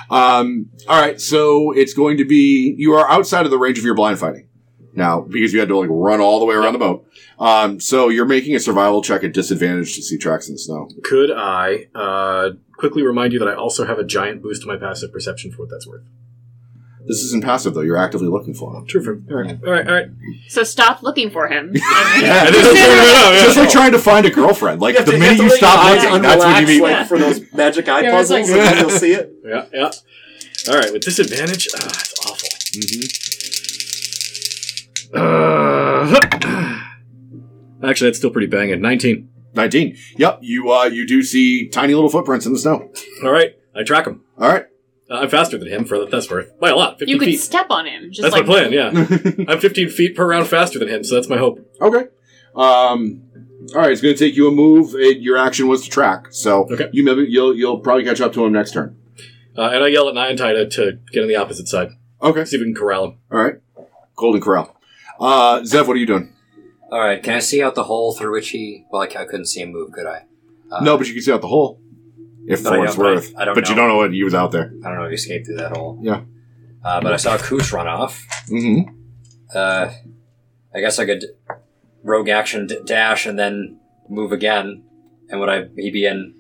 Speaker 2: Um, all right, so it's going to be you are outside of the range of your blind fighting now because you had to like run all the way around the boat. Um, so you're making a survival check at disadvantage to see tracks in the snow.
Speaker 3: Could I uh, quickly remind you that I also have a giant boost to my passive perception for what that's worth?
Speaker 2: This isn't passive though; you're actively looking for them.
Speaker 3: True for All right, all right, all right.
Speaker 6: So stop looking for him.
Speaker 2: Yeah, this is just like trying to find a girlfriend. Like the minute you, stop looking, that's when you meet.
Speaker 7: Like, for those magic eye
Speaker 4: Yeah, it's
Speaker 7: puzzles,
Speaker 4: like-
Speaker 7: and then you'll see it.
Speaker 3: Yeah, yeah. All right, with disadvantage, ah, it's awful.
Speaker 2: Mm-hmm.
Speaker 3: Uh, actually, that's still pretty banging. 19.
Speaker 2: Nineteen. Yep, you uh, you do see tiny little footprints in the snow.
Speaker 3: All right, I track him.
Speaker 2: All right,
Speaker 3: Uh, I'm faster than him, for what that's worth. By a lot, 50
Speaker 6: you could
Speaker 3: feet.
Speaker 6: step on him. Just
Speaker 3: That's
Speaker 6: like
Speaker 3: my plan, yeah. I'm 15 feet per round faster than him, so that's my hope.
Speaker 2: Okay. Um, all right, it's going to take you a move. It, your action was to track, so
Speaker 3: Okay.
Speaker 2: you maybe you'll you'll probably catch up to him next turn.
Speaker 3: Uh, and I yell at Niantai to, to get on the opposite side.
Speaker 2: Okay.
Speaker 3: See if we can corral him.
Speaker 2: All right. Golden Corral. Uh, Zev, what are you doing?
Speaker 1: All right. Can I see out the hole through which he? Well, I, c- I couldn't see him move, could I? Uh,
Speaker 2: no, but you can see out the hole. If
Speaker 1: But
Speaker 2: for
Speaker 1: I
Speaker 2: what it's
Speaker 1: don't- I-
Speaker 2: worth,
Speaker 1: I don't
Speaker 2: but you
Speaker 1: know.
Speaker 2: don't know what he was out there.
Speaker 1: I don't know if he escaped through that hole.
Speaker 2: Yeah.
Speaker 1: Uh, but I saw Koosh run off.
Speaker 2: Mm-hmm.
Speaker 1: Uh, I guess I could rogue action d- dash and then move again. And would I he be in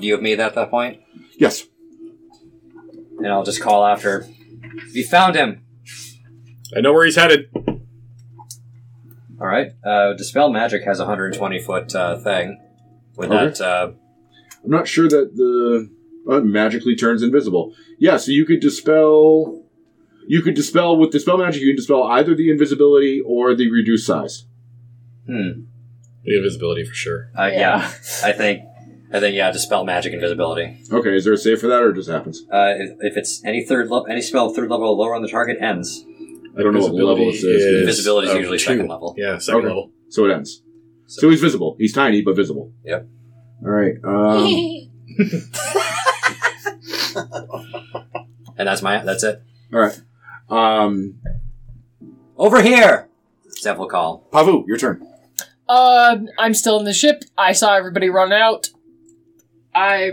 Speaker 1: view of me at that point?
Speaker 2: Yes.
Speaker 1: And I'll just call after. We found him.
Speaker 3: I know where he's headed.
Speaker 1: All right. Uh, Dispel magic has a 120 foot uh, thing. With
Speaker 2: Okay.
Speaker 1: that, uh,
Speaker 2: I'm not sure that the uh, magically turns invisible. Yeah, so you could dispel. You could dispel with dispel magic. You can dispel either the invisibility or the reduced size.
Speaker 1: hmm.
Speaker 3: The invisibility for sure.
Speaker 1: Uh, yeah. I think. I think yeah. Dispel magic invisibility.
Speaker 2: Okay, is there a save for that, or it just happens?
Speaker 1: Uh, if, if it's any third level, any spell third level or lower on the target ends.
Speaker 2: I don't know what level
Speaker 3: Invisibility
Speaker 2: this is.
Speaker 3: is-
Speaker 1: Invisibility is
Speaker 3: oh,
Speaker 1: usually
Speaker 3: two.
Speaker 1: second level.
Speaker 3: Yeah, second
Speaker 2: Okay.
Speaker 3: level.
Speaker 2: So it ends. So, he's visible. He's tiny, but visible.
Speaker 1: Yep.
Speaker 2: All right. Um,
Speaker 1: And that's my. That's it.
Speaker 2: all right. Um,
Speaker 1: Over here. Zev will call.
Speaker 2: Pavu, your turn.
Speaker 4: Um, I'm still in the ship. I saw everybody run out. I.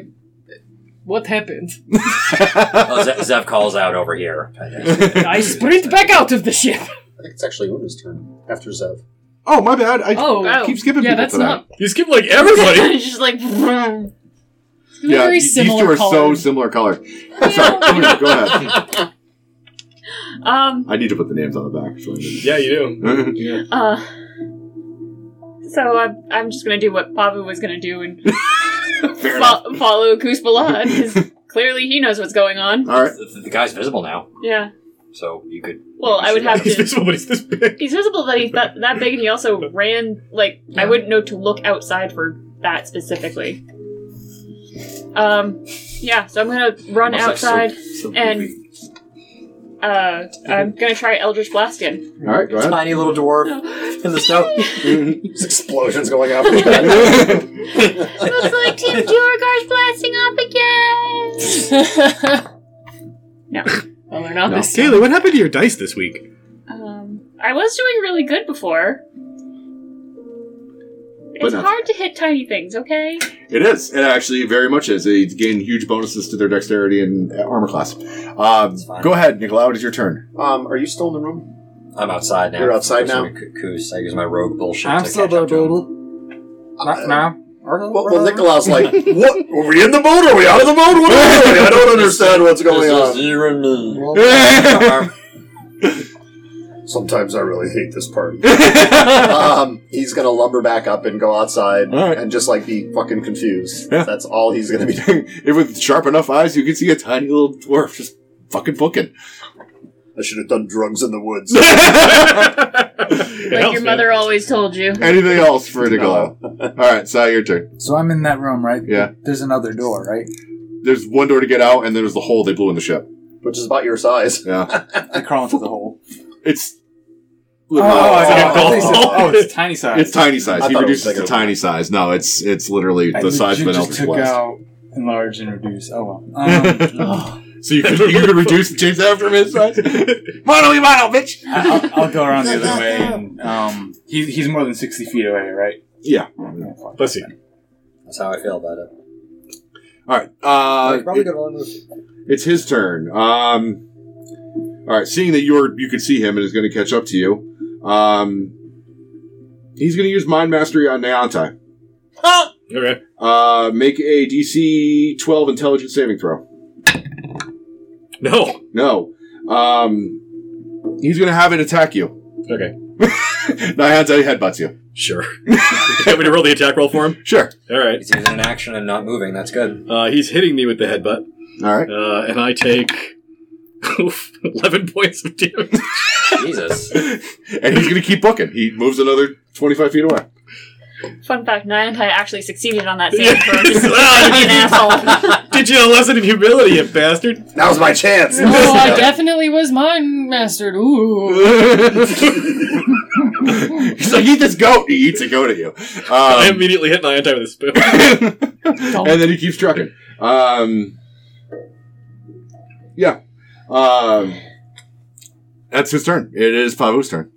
Speaker 4: What happened?
Speaker 1: Oh, Ze- Zev calls out over here.
Speaker 4: I sprint back out of the ship.
Speaker 7: I think it's actually Una's turn after Zev.
Speaker 2: oh, my bad. I
Speaker 4: Oh,
Speaker 6: Oh.
Speaker 2: keep skipping
Speaker 4: yeah,
Speaker 2: people
Speaker 4: that's
Speaker 2: for that.
Speaker 4: not
Speaker 3: You skip like everybody.
Speaker 6: just like vroom.
Speaker 2: Yeah,
Speaker 4: very
Speaker 2: th- these two
Speaker 4: similar.
Speaker 2: are so
Speaker 4: colored.
Speaker 2: similar color. Sorry. Una, go ahead.
Speaker 6: um
Speaker 2: I need to put the names on the back. So I didn't.
Speaker 3: yeah, you do.
Speaker 6: uh so I'm, I'm just gonna do what Pavu was gonna do and
Speaker 2: Fair enough.
Speaker 6: fo- follow Kuspala because clearly he knows what's going on.
Speaker 3: Uh.
Speaker 2: All right.
Speaker 1: The, the guy's visible now,
Speaker 6: Yeah.
Speaker 1: so you could.
Speaker 6: Well, I would have
Speaker 3: He's
Speaker 6: to.
Speaker 3: visible, but he's this big.
Speaker 6: He's visible that he's that, that big, and he also ran like I wouldn't know to look outside for that specifically. Um, yeah. So I'm gonna run
Speaker 1: Must, like, so-
Speaker 6: outside
Speaker 1: so
Speaker 6: and
Speaker 1: goofy.
Speaker 6: Uh, I'm gonna try Eldritch Blast again.
Speaker 2: All right, go ahead.
Speaker 1: Tiny little dwarf in the snow.
Speaker 7: There's explosions going off. in the back.
Speaker 6: Looks like Team Duergar's blasting off again. No.
Speaker 4: well, they're not
Speaker 2: No.
Speaker 4: this.
Speaker 10: Kaylee, what happened to your dice this week?
Speaker 6: Um, I was doing really good before. It's
Speaker 2: not-
Speaker 6: hard to hit tiny things, okay?
Speaker 2: It is. It actually very much is. They gain huge bonuses to their dexterity and uh, armor class. Um,
Speaker 1: It's fine.
Speaker 2: go ahead, Nicolau. It is your turn.
Speaker 7: um, are you still in the room?
Speaker 1: I'm outside now.
Speaker 7: You're outside now?
Speaker 1: Coos. I use my rogue bullshit.
Speaker 5: I'm
Speaker 1: to
Speaker 5: still
Speaker 1: catch
Speaker 5: there,
Speaker 1: up to him.
Speaker 5: baby. Not now. Okay,
Speaker 7: Well, well
Speaker 5: whatever.
Speaker 7: Nikolau's like, what? Are we in the boat? Are we out of the boat? What are we doing? I don't understand what's going
Speaker 1: This is
Speaker 7: on.
Speaker 1: you and me.
Speaker 7: Sometimes I really hate this party. um, he's gonna lumber back up and go outside
Speaker 2: All right.
Speaker 7: and just like be fucking confused.
Speaker 2: Yeah.
Speaker 7: That's all he's gonna be doing.
Speaker 2: if with sharp enough eyes, you can see a tiny little dwarf just fucking booking.
Speaker 7: I should have done drugs in the woods.
Speaker 6: Like your mother always told you.
Speaker 2: Anything else for Nicolau? All right, Sai, your turn.
Speaker 11: So I'm in that room, right?
Speaker 2: Yeah.
Speaker 11: There's another door, right?
Speaker 2: There's one door to get out, and there's the hole they blew in the ship.
Speaker 7: which is about your size.
Speaker 2: Yeah,
Speaker 9: I crawl into the hole.
Speaker 2: it's
Speaker 9: I got
Speaker 11: Oh,
Speaker 9: the hole. oh, it's tiny size.
Speaker 2: it's tiny size.
Speaker 7: I
Speaker 2: He
Speaker 7: thought it was
Speaker 2: reduces it
Speaker 7: bigger.
Speaker 2: to tiny size. No, it's it's literally
Speaker 9: I
Speaker 2: the size of
Speaker 9: legit
Speaker 2: an
Speaker 9: just
Speaker 2: Eldritch
Speaker 9: took
Speaker 2: Blast.
Speaker 9: out enlarge and reduce. Oh well.
Speaker 11: Um,
Speaker 2: So you could, you could reduce and change that from his size. mono, you mono, bitch.
Speaker 9: I- I'll, I'll go around the other way. And, um, he, he's more than sixty feet away, right?
Speaker 2: Yeah.
Speaker 9: Fuck.
Speaker 3: Let's see.
Speaker 1: That's how I feel about it.
Speaker 2: All right. Uh,
Speaker 1: Probably
Speaker 2: it-
Speaker 1: good one move.
Speaker 2: it's his turn. Um, all right. Seeing that you're you can see him and is going to catch up to you. Um, he's going to use mind mastery on Neontai.
Speaker 3: Okay.
Speaker 2: Uh, make a DC 12 intelligence saving throw.
Speaker 3: No.
Speaker 2: No. Um, he's going to have it attack you.
Speaker 3: Okay.
Speaker 2: Neontai headbutts you.
Speaker 3: Sure. you want me to roll the attack roll for him?
Speaker 2: Sure.
Speaker 3: All right.
Speaker 1: He's using an action and not moving. That's good.
Speaker 3: Uh, he's hitting me with the headbutt,
Speaker 2: All right.
Speaker 3: uh, and I take oof, eleven points of damage.
Speaker 1: Jesus.
Speaker 2: and he's going to keep booking. He moves another 25 feet away.
Speaker 6: Fun fact, Niantai actually succeeded on that same
Speaker 3: Yeah.
Speaker 6: turn. He's an
Speaker 3: Ah,
Speaker 6: asshole.
Speaker 3: Did you a lesson in humility, you bastard?
Speaker 7: Now's my chance.
Speaker 4: Oh, I definitely was mine mastered. Ooh.
Speaker 2: He's like, eat this goat. He eats a goat at you. Um,
Speaker 3: I immediately hit my anti with a spoon.
Speaker 2: and then he keeps trucking. Um, yeah. Um, that's his turn. It is Pavu's turn.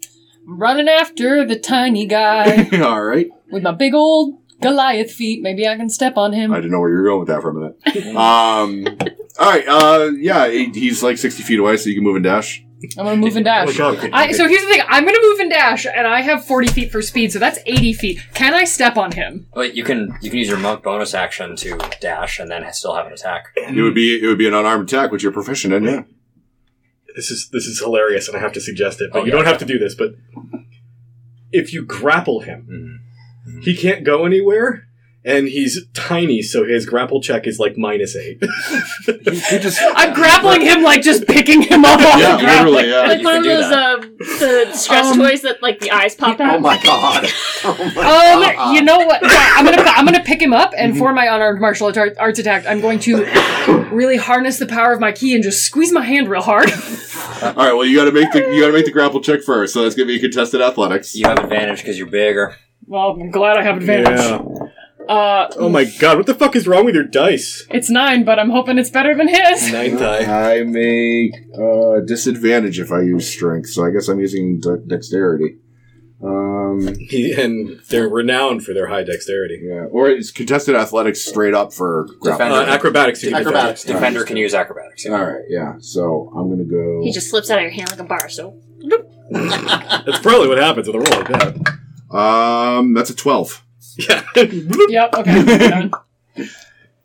Speaker 4: I'm running after the tiny guy
Speaker 2: All right. Mm-hmm.
Speaker 4: with my big old Goliath feet. Maybe I can step on him.
Speaker 2: I didn't know where you were going with that for a minute. Um, all right. Uh, yeah, he- he's like 60 feet away, so you can move and dash.
Speaker 4: I'm gonna move and
Speaker 3: Oh,
Speaker 4: dash. I, so here's the thing: I'm gonna move and dash, and I have 40 feet for speed, so that's 80 feet. Can I step on him?
Speaker 1: Wait, you can you can use your monk bonus action to dash and then still have an attack.
Speaker 2: It would be it would be an unarmed attack, which you're proficient in. Yeah.
Speaker 3: this is this is hilarious, and I have to suggest it,
Speaker 1: Oh,
Speaker 3: but you
Speaker 1: yeah.
Speaker 3: don't have to do this. But if you grapple him, he can't go anywhere, and he's tiny, so his grapple check is like minus eight.
Speaker 11: you just
Speaker 4: I'm grappling him like just picking him up. off the
Speaker 2: Yeah,
Speaker 4: ground.
Speaker 2: literally. Yeah.
Speaker 6: like
Speaker 1: you
Speaker 6: one
Speaker 1: can
Speaker 6: of
Speaker 1: do
Speaker 6: those uh, the stress toys that like the eyes pop out.
Speaker 7: oh my god.
Speaker 4: Um,
Speaker 6: Uh-huh.
Speaker 4: you know what? Yeah, I'm gonna I'm gonna pick him up,
Speaker 2: Mm-hmm.
Speaker 4: and for my unarmed martial art- arts attack, I'm going to really harness the power of my key and just squeeze my hand real hard.
Speaker 2: All right. Well, you got to make the you got to make the grapple check first. So that's gonna be contested athletics.
Speaker 1: You have advantage because you're bigger.
Speaker 4: Well, I'm glad I have advantage.
Speaker 3: Yeah.
Speaker 4: Uh,
Speaker 3: Oh my god, what the fuck is wrong with your dice?
Speaker 4: it's nine, but I'm hoping it's better than his.
Speaker 3: Ninth eye.
Speaker 2: I make uh, disadvantage if I use strength, so I guess I'm using de- dexterity. Um,
Speaker 3: He, and they're renowned for their high dexterity.
Speaker 2: yeah, or it's contested athletics straight up for grapple.
Speaker 1: Defender.
Speaker 3: Uh, acrobatics. You can defend.
Speaker 7: Acrobatics.
Speaker 1: Defender can use acrobatics.
Speaker 2: All right, yeah. So I'm gonna go.
Speaker 6: He just slips out of your hand like a bar. So
Speaker 3: That's probably what happens with a roll like that.
Speaker 2: um, that's a twelve.
Speaker 3: Yeah.
Speaker 4: Yep. Okay. done.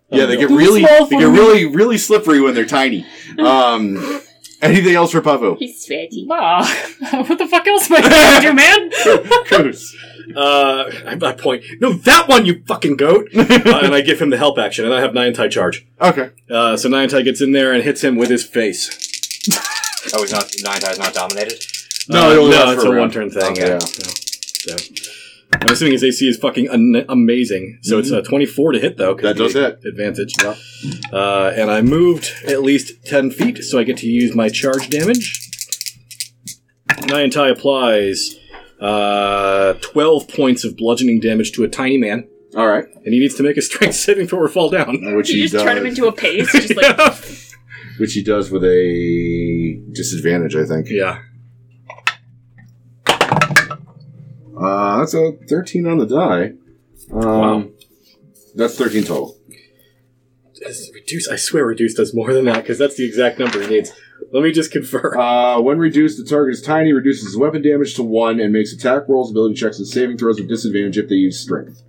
Speaker 2: Yeah, they get really they get really really slippery when they're tiny. Um, anything else for Pavu?
Speaker 6: he's sweaty.
Speaker 4: Bah. Ah, what the fuck else am I gonna do, man?
Speaker 2: Goose.
Speaker 3: Uh, I, I point. No, that one, you fucking goat. uh, and I give him the help action, and I have nine tie charge.
Speaker 2: okay.
Speaker 3: Uh, so Niantai gets in there and hits him with his face.
Speaker 1: Oh, he's not nine times not dominated.
Speaker 2: No, it
Speaker 3: uh,
Speaker 2: only lasts
Speaker 3: it's
Speaker 2: for
Speaker 3: a
Speaker 2: a round.
Speaker 3: one turn thing.
Speaker 1: Okay.
Speaker 3: Yeah. So, I'm assuming his AC is fucking an- amazing. So it's a 24 to hit, though. 'cause
Speaker 2: That does
Speaker 3: of the Advantage. Uh, and I moved at least 10 feet, so I get to use my charge damage. Nine tie applies uh, 12 points of bludgeoning damage to a tiny man.
Speaker 2: All right.
Speaker 3: And he needs to make a strength saving throw or fall down.
Speaker 2: Which he
Speaker 6: you just turn him
Speaker 2: does.
Speaker 6: into a paste. Just like
Speaker 2: Which he does with a disadvantage, I think.
Speaker 3: Yeah.
Speaker 2: Uh, that's a 13 on the die. Um,
Speaker 3: Wow.
Speaker 2: That's 13 total.
Speaker 3: Does reduce. I swear, reduce does more than that because that's the exact number he needs. Let me just confirm.
Speaker 2: Uh, when reduced, the target is tiny, reduces his weapon damage to one, and makes attack rolls, ability checks, and saving throws with disadvantage if they use strength.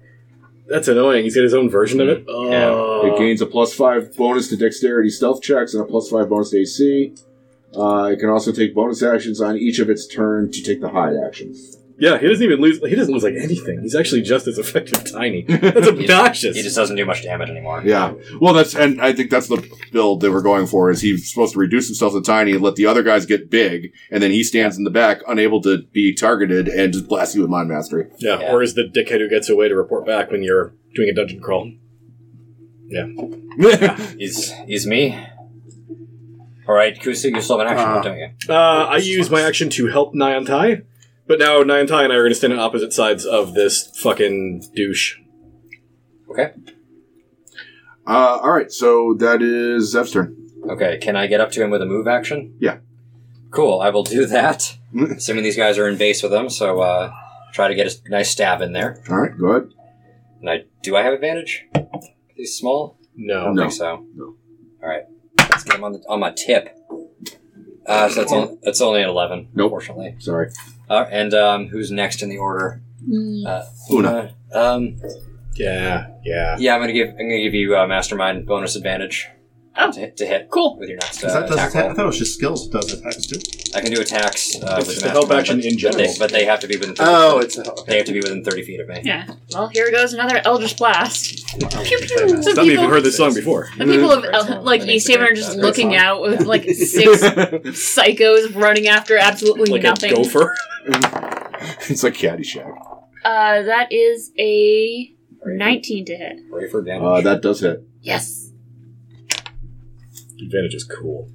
Speaker 3: That's annoying. He's got his own version of it. Oh.
Speaker 2: It gains a plus five bonus to dexterity stealth checks and a plus five bonus to AC. Uh, it can also take bonus actions on each of its turn to take the hide action.
Speaker 3: Oh. Yeah, he doesn't even lose. He doesn't lose like anything. He's actually just as effective. Tiny. That's obnoxious.
Speaker 1: He just doesn't do much damage anymore.
Speaker 2: Yeah. Well, that's and I think that's the build they were going for. Is he's supposed to reduce himself to tiny, let the other guys get big, and then he stands in the back, unable to be targeted, and just blasts you with mind mastery.
Speaker 3: yeah.
Speaker 1: Yeah.
Speaker 3: Or is the dickhead who gets away to report back when you're doing a dungeon crawl? Yeah.
Speaker 1: He's he's me. All right, Kusu, you still have an action, left, don't you?
Speaker 3: Uh, I use my action to help Nyantai, but now Nyantai and I are going to stand on opposite sides of this fucking douche.
Speaker 1: Okay.
Speaker 2: Uh, all right. So that is Zeph's turn.
Speaker 1: Okay. Can I get up to him with a move action?
Speaker 2: Yeah.
Speaker 1: Cool. I will do that. Assuming these guys are in base with him, so uh, try to get a nice stab in there.
Speaker 2: All right. Go ahead.
Speaker 1: And I do I have advantage? He's small. I
Speaker 3: No.
Speaker 1: don't
Speaker 2: No.
Speaker 1: think so.
Speaker 2: No.
Speaker 1: All right. Let's get him on, the, on my tip. Uh, so that's only, that's only an eleven.
Speaker 2: Nope.
Speaker 1: Unfortunately.
Speaker 2: Sorry.
Speaker 1: Uh, and um, who's next in the order? Uh, Una. Um,
Speaker 3: Yeah. Yeah.
Speaker 1: yeah, I'm gonna give I'm gonna give you uh, mastermind bonus advantage.
Speaker 6: Oh.
Speaker 1: To hit, to hit
Speaker 6: cool.
Speaker 1: with your next
Speaker 11: Because
Speaker 1: uh,
Speaker 11: that does
Speaker 1: attack
Speaker 11: attack. I
Speaker 1: roll.
Speaker 11: thought it was just skills that does attacks too.
Speaker 1: I can do attacks. Uh, with
Speaker 3: It's just
Speaker 1: the
Speaker 3: a help
Speaker 1: mastermind, but-
Speaker 3: action in
Speaker 1: But
Speaker 3: general.
Speaker 1: they, but they have to be within. 30
Speaker 7: Oh,
Speaker 1: feet.
Speaker 7: it's
Speaker 1: They have to be within thirty feet of me.
Speaker 6: yeah. Well, here goes another Eldritch Blast. Pew pew.
Speaker 3: Some
Speaker 6: The
Speaker 3: people
Speaker 6: people,
Speaker 3: have heard this song before.
Speaker 6: the people of
Speaker 4: Hmm.
Speaker 1: Great
Speaker 4: uh,
Speaker 6: El-
Speaker 1: song.
Speaker 6: like
Speaker 1: I think it's
Speaker 6: East
Speaker 1: a
Speaker 6: Haven are
Speaker 1: great
Speaker 6: just
Speaker 1: song.
Speaker 6: looking
Speaker 1: Great
Speaker 6: out with like six psychos running after absolutely
Speaker 3: Like
Speaker 6: nothing.
Speaker 3: a gopher.
Speaker 2: it's like Caddyshack.
Speaker 6: Uh, that is a nineteen to hit.
Speaker 1: Ready for damage.
Speaker 2: Uh, that does hit.
Speaker 6: Yes.
Speaker 3: Advantage is cool.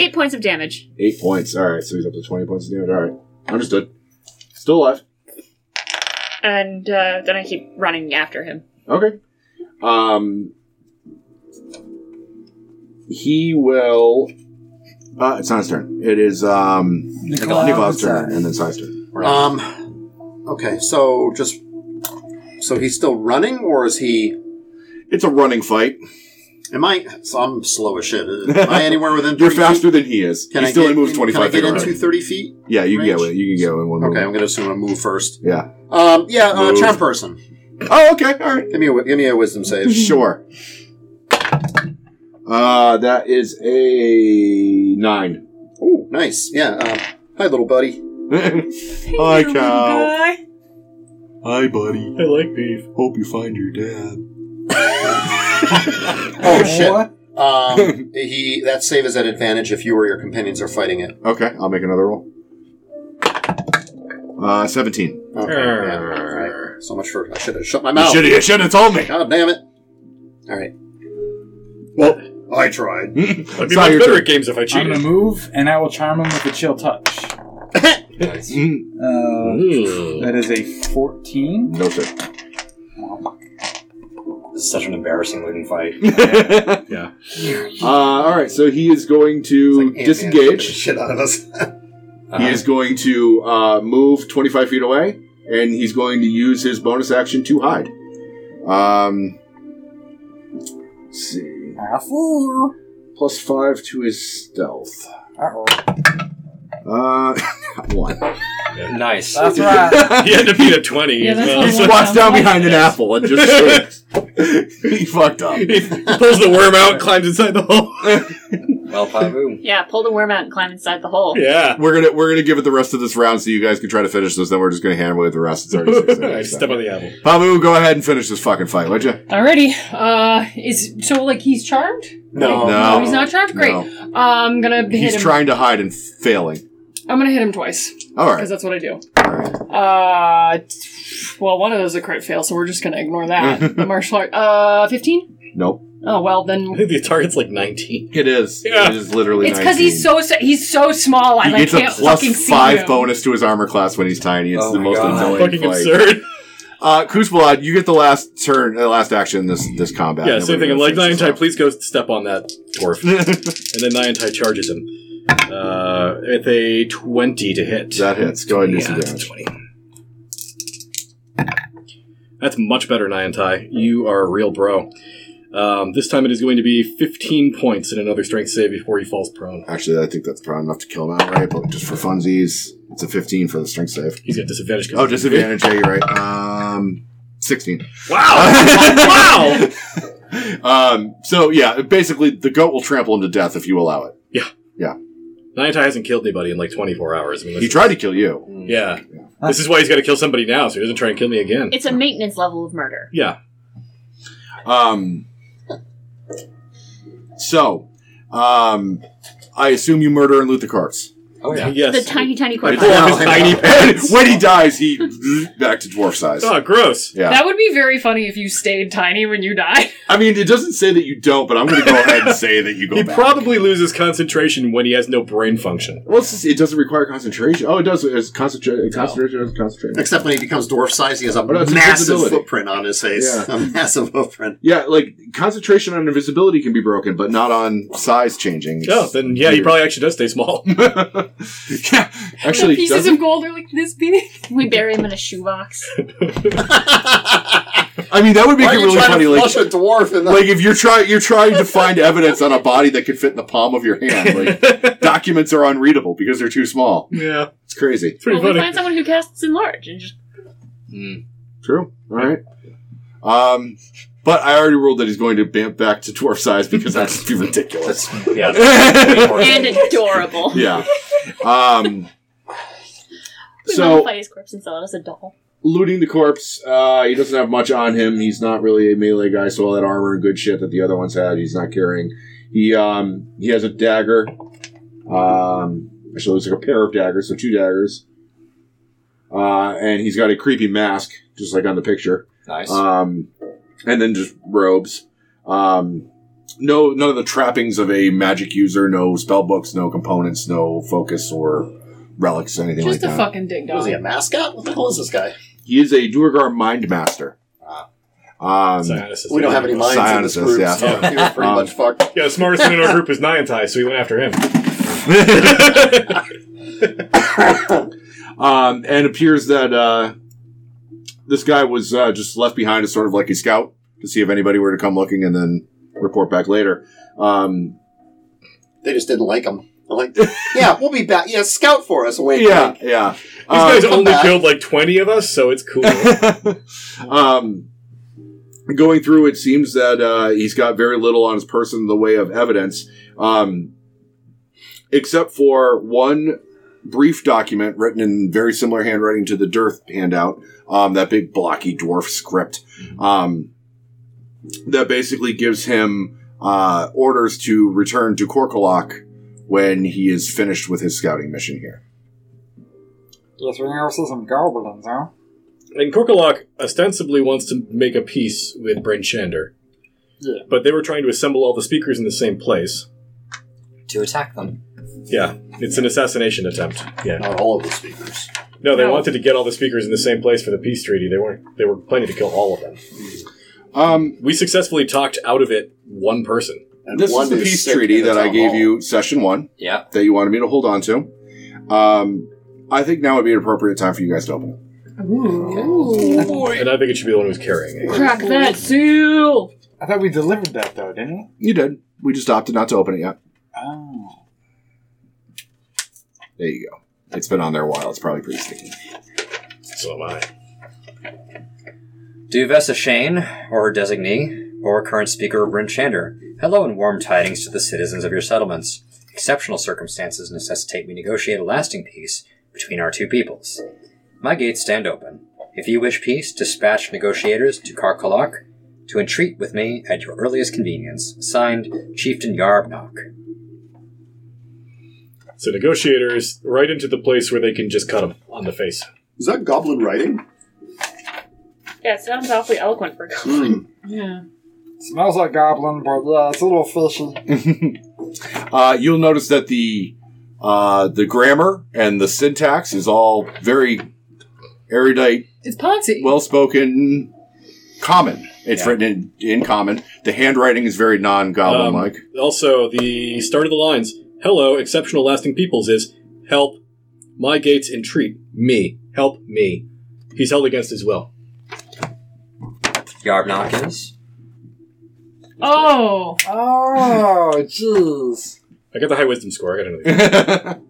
Speaker 6: Eight points of damage.
Speaker 2: Eight points. All right. So he's up to twenty points of damage. All right. Understood. Still alive.
Speaker 6: And uh, then I keep running after him.
Speaker 2: Okay. Um, he will. Uh, it's not his turn. It is um,
Speaker 11: Nikolai
Speaker 2: Nikolai's
Speaker 11: Outside.
Speaker 2: turn, and then Sai's turn.
Speaker 7: Um. Okay, so just so he's still running, or is he?
Speaker 2: It's a running fight.
Speaker 7: Am I? So I'm slow as shit. Am I anywhere within?
Speaker 2: You're
Speaker 7: 30 feet?
Speaker 2: faster than he is.
Speaker 7: Can
Speaker 2: he
Speaker 7: I
Speaker 2: still
Speaker 7: get
Speaker 2: only moves
Speaker 7: in-
Speaker 2: twenty five.
Speaker 7: Can I get into thirty feet?
Speaker 2: Yeah, you can get
Speaker 7: range?
Speaker 2: one. You can get one. one
Speaker 7: Okay, I'm
Speaker 2: move.
Speaker 7: going to assume I move first.
Speaker 2: Yeah.
Speaker 7: Um. Yeah. Uh,
Speaker 2: Move.
Speaker 7: charm person.
Speaker 2: Oh, okay. All right.
Speaker 7: Give me a wi- give me a wisdom save.
Speaker 2: Sure. Uh, that is a nine.
Speaker 7: Oh, nice. Yeah. Um, hi, little buddy.
Speaker 2: Hi, cow. Hi, buddy.
Speaker 3: I like beef.
Speaker 2: Hope you find your dad.
Speaker 7: Oh shit.
Speaker 11: What?
Speaker 7: Um, he that save is at advantage if you or your companions are fighting it.
Speaker 2: Okay, I'll make another roll. Uh, 17.
Speaker 7: Okay. yeah, all right. So much for I should have shut my mouth.
Speaker 2: Shitty, you should have told me.
Speaker 7: God damn it! All right. Well, I tried.
Speaker 3: I'd be
Speaker 2: Sai,
Speaker 3: much
Speaker 2: your
Speaker 3: better
Speaker 2: turn.
Speaker 3: at games if I
Speaker 11: I'm gonna
Speaker 3: cheated.
Speaker 11: move, and I will charm him with a chill touch.
Speaker 2: Mm,
Speaker 11: Uh,
Speaker 3: Mm.
Speaker 11: that is a 14.
Speaker 2: No, sir.
Speaker 1: This is such an embarrassing looking fight.
Speaker 3: Yeah.
Speaker 2: Uh, all right, so he is going to
Speaker 7: Ant-Man beat the
Speaker 2: disengage.
Speaker 7: Shit out of us.
Speaker 1: Uh,
Speaker 2: He is going to uh, move 25 feet away, and he's going to use his bonus action to hide. Um, let's see.
Speaker 11: I fool.
Speaker 2: Plus 5 to his stealth.
Speaker 11: Uh-oh.
Speaker 2: Uh, one.
Speaker 1: nice.
Speaker 11: That's right.
Speaker 3: He had to beat a 20
Speaker 4: Yeah,
Speaker 3: as
Speaker 4: that's
Speaker 3: well.
Speaker 4: what
Speaker 2: He
Speaker 4: I
Speaker 3: So
Speaker 2: squats down behind an apple and just shakes. he fucked up.
Speaker 3: he pulls the worm out, climbs inside the hole.
Speaker 1: Well, Pavu.
Speaker 6: Yeah, pull the worm out and climb inside the hole.
Speaker 3: yeah.
Speaker 2: We're gonna we're gonna give it the rest of this round so you guys can try to finish this. Then we're just gonna hand away the rest. It's already six.
Speaker 3: I
Speaker 2: minutes, so.
Speaker 3: step on the apple.
Speaker 2: Pamu, go ahead and finish this fucking fight, would you?
Speaker 4: Alrighty. Uh, is so like he's charmed?
Speaker 7: no,
Speaker 2: No.
Speaker 4: Oh, he's not charmed. Great. Uh,
Speaker 2: No.
Speaker 4: I'm gonna hit
Speaker 2: He's
Speaker 4: him.
Speaker 2: trying to hide and failing.
Speaker 4: I'm gonna hit him twice
Speaker 2: All
Speaker 4: because
Speaker 2: right,
Speaker 4: that's what I do.
Speaker 2: all
Speaker 1: right.
Speaker 4: Uh, t- well, one of those is a crit fail, so we're just gonna ignore that. the martial art. Uh, fifteen.
Speaker 2: Nope.
Speaker 4: Oh well, then
Speaker 3: the target's like 19.
Speaker 2: It is. It is literally.
Speaker 4: it's because he's
Speaker 2: 19.
Speaker 4: so s- he's so small. I
Speaker 2: He
Speaker 4: like,
Speaker 2: gets a
Speaker 4: can't fucking
Speaker 2: plus
Speaker 4: see him.
Speaker 2: five bonus to his armor class when he's tiny. It's
Speaker 3: Oh
Speaker 2: the
Speaker 3: my
Speaker 2: most
Speaker 3: God.
Speaker 2: annoying.
Speaker 3: Fucking
Speaker 2: fight.
Speaker 3: absurd.
Speaker 2: Uh, Kuzbalad, you get the last turn, uh, last action this this combat.
Speaker 3: yeah,
Speaker 2: and
Speaker 3: same
Speaker 2: everybody
Speaker 3: thing. I'm like,
Speaker 2: else is-
Speaker 3: Niantai, please go step on that dwarf. and then Niantai charges him. Uh, with a 20 to hit.
Speaker 2: That hits. Go ahead and do some
Speaker 3: Yeah,
Speaker 2: damage.
Speaker 3: That's much better, Niantai. You are a real bro. Um, this time it is going to be 15 points in another strength save before he falls prone.
Speaker 2: Actually, I think that's probably enough to kill him outright, but just for funsies, it's a 15 for the strength save.
Speaker 3: He's got disadvantage. 'cause
Speaker 2: Oh,
Speaker 3: of-
Speaker 2: disadvantage. Yeah, you're right. Um, 16.
Speaker 3: Wow!
Speaker 2: Um, so yeah, basically the goat will trample him to death if you allow it.
Speaker 3: Yeah.
Speaker 2: Yeah.
Speaker 3: Niantai hasn't killed anybody in like 24 hours. I mean,
Speaker 2: He tried to kill you.
Speaker 3: Yeah. This is why he's got to kill somebody now, so he doesn't try and kill me again.
Speaker 6: It's a maintenance level of murder.
Speaker 3: yeah.
Speaker 2: Um, so, um, I assume you murder and loot the carts.
Speaker 1: Oh yeah.
Speaker 3: Yes.
Speaker 6: The tiny, tiny corpse.
Speaker 3: pull off his tiny pants.
Speaker 2: when he dies, he back to dwarf size.
Speaker 3: Oh, gross.
Speaker 2: Yeah.
Speaker 4: That would be very funny if you stayed tiny when you died.
Speaker 2: I mean, it doesn't say that you don't, but I'm going to go ahead and say that you go
Speaker 3: He
Speaker 2: back.
Speaker 3: probably loses concentration when he has no brain function.
Speaker 2: well, it's just- it doesn't require concentration. Oh, it does. It's concentration. Concentration doesn't concentrate.
Speaker 7: Except when he becomes dwarf size, he has a
Speaker 2: no, it's
Speaker 7: massive
Speaker 2: invisibility.
Speaker 7: footprint on his face.
Speaker 2: Yeah.
Speaker 7: A massive footprint.
Speaker 2: Yeah, like concentration on invisibility can be broken, but not on size changing.
Speaker 3: Oh, then yeah, he probably actually does stay small.
Speaker 2: yeah, actually,
Speaker 4: the pieces
Speaker 2: doesn't-
Speaker 4: of gold are like this big.
Speaker 6: We bury him in a shoebox.
Speaker 2: I mean that would make
Speaker 7: Why
Speaker 2: it
Speaker 7: are you
Speaker 2: really
Speaker 7: trying
Speaker 2: funny.
Speaker 7: to
Speaker 2: Like,
Speaker 7: flush a dwarf in the
Speaker 2: like if you're trying, you're trying to find evidence on a body that could fit in the palm of your hand. Like documents are unreadable because they're too small.
Speaker 3: yeah.
Speaker 2: It's crazy.
Speaker 3: It's pretty
Speaker 6: well, we
Speaker 3: funny.
Speaker 6: find someone who casts enlarge and just
Speaker 2: True. All right. Um, but I already ruled that he's going to bump back to dwarf size because that's be ridiculous.
Speaker 1: Yeah.
Speaker 6: and adorable.
Speaker 2: yeah. Um.
Speaker 6: We
Speaker 2: so
Speaker 6: want to fight his corpse and sell it as a doll.
Speaker 2: looting the corpse. Uh, he doesn't have much on him. He's not really a melee guy, so all that armor and good shit that the other ones had, he's not carrying. He um he has a dagger. Um, actually, looks like a pair of daggers, so two daggers. Uh, and he's got a creepy mask, just like on the picture.
Speaker 1: Nice.
Speaker 2: Um, and then just robes. Um, no, none of the trappings of a magic user. No spell books. No components. No focus or relics. Anything like
Speaker 4: Just a
Speaker 2: that.
Speaker 4: fucking ding
Speaker 7: Was he
Speaker 4: dong.
Speaker 7: a mascot? What the hell is this guy?
Speaker 2: He is a Duergar mind master. Um,
Speaker 3: Psionic is
Speaker 7: We don't have any minds in this
Speaker 2: Psionicist,
Speaker 7: group,
Speaker 2: yeah.
Speaker 7: so we were pretty
Speaker 2: Um,
Speaker 7: much fucked.
Speaker 3: Yeah, the smartest one in our group is Niantai, so he went after him.
Speaker 2: um, and appears that uh, this guy was uh, just left behind as sort of like a scout to see if anybody were to come looking and then report back later. Um,
Speaker 7: They just didn't like him. They're like, yeah, we'll be back. Yeah, scout for us. Wait,
Speaker 2: yeah, yeah.
Speaker 3: These
Speaker 2: Um,
Speaker 3: guys only
Speaker 7: Uh, back.
Speaker 3: killed like 20 of us, so it's cool.
Speaker 2: um, going through, it seems that uh, he's got very little on his person in the way of evidence, um, except for one brief document written in very similar handwriting to the Dearth handout, um, that big blocky dwarf script,
Speaker 7: Mm-hmm.
Speaker 2: um, that basically gives him uh, orders to return to Korkalok when he is finished with his scouting mission here.
Speaker 5: Yes, we can go see some goblins, huh?
Speaker 3: and Korkalok ostensibly wants to make a peace with Bryn Shander.
Speaker 5: Yeah.
Speaker 3: But they were trying to assemble all the speakers in the same place.
Speaker 1: to attack them.
Speaker 3: Yeah, it's an assassination attempt. Yeah.
Speaker 7: Not all of the speakers.
Speaker 3: No, they
Speaker 4: No.
Speaker 3: wanted to get all the speakers in the same place for the peace treaty. They weren't. They were planning to kill all of them.
Speaker 2: Um,
Speaker 3: We successfully talked out of it one person.
Speaker 7: And
Speaker 2: this
Speaker 7: one
Speaker 2: is the
Speaker 7: is
Speaker 2: peace
Speaker 7: sick
Speaker 2: treaty
Speaker 7: in a
Speaker 2: that I
Speaker 7: town
Speaker 2: gave
Speaker 7: hall.
Speaker 2: you, session one.
Speaker 1: Yeah.
Speaker 2: that you wanted me to hold on to. Um, I think now would be an appropriate time for you guys to open it.
Speaker 3: And I think it should be the one who's carrying it.
Speaker 4: Crack that seal.
Speaker 11: I thought we delivered that though, didn't we?
Speaker 2: You did. We just opted not to open it yet.
Speaker 11: Oh.
Speaker 2: There you go. It's been on there a while. It's probably pretty sticky.
Speaker 3: So am I.
Speaker 1: Do Vessa Shane, or her designee, or current speaker Bryn Shander, hello and warm tidings to the citizens of your settlements. Exceptional circumstances necessitate we negotiate a lasting peace between our two peoples. My gates stand open. If you wish peace, dispatch negotiators to Karkalak to entreat with me at your earliest convenience. Signed, Chieftain Yarbnok.
Speaker 3: So negotiators right into the place where they can just cut him on the face.
Speaker 7: Is that goblin writing?
Speaker 6: Yeah, it sounds awfully eloquent for
Speaker 7: Hmm.
Speaker 6: Yeah.
Speaker 5: Smells like goblin, but yeah, it's a little fishy.
Speaker 2: Uh, you'll notice that the uh, the grammar and the syntax is all very erudite,
Speaker 4: It's Ponzi.
Speaker 2: well spoken, common. It's
Speaker 3: Yeah.
Speaker 2: written in, in common. The handwriting is very non goblin like.
Speaker 3: Um, also, the start of the lines Hello, exceptional lasting peoples is help my gates entreat me. Help me. He's held against his will.
Speaker 1: Yarbnock is.
Speaker 4: Oh,
Speaker 5: Oh, jeez.
Speaker 3: I got the high wisdom score. I got another.
Speaker 2: Um,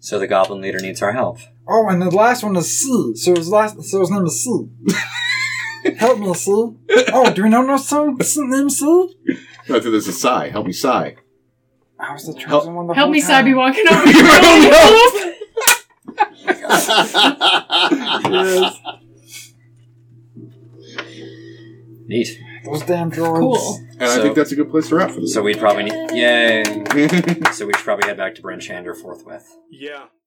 Speaker 1: So the goblin leader needs our help.
Speaker 5: Oh, and the last one is C. So his last, so his name is C. Help me, C. Oh, do we know no song name C?
Speaker 2: I think there's a sigh. Help me sigh.
Speaker 5: I was the chosen
Speaker 2: Help-
Speaker 5: one. The
Speaker 4: help
Speaker 5: whole
Speaker 4: me,
Speaker 5: time.
Speaker 4: Sabi, walking over here. Help!
Speaker 5: Yes.
Speaker 1: Neat.
Speaker 5: Those damn droids.
Speaker 4: Cool.
Speaker 2: And I
Speaker 1: So-
Speaker 2: think that's a good place to wrap for this.
Speaker 1: So we'd probably need. Yay! so we should probably head back to Brenchander forthwith.
Speaker 3: Yeah.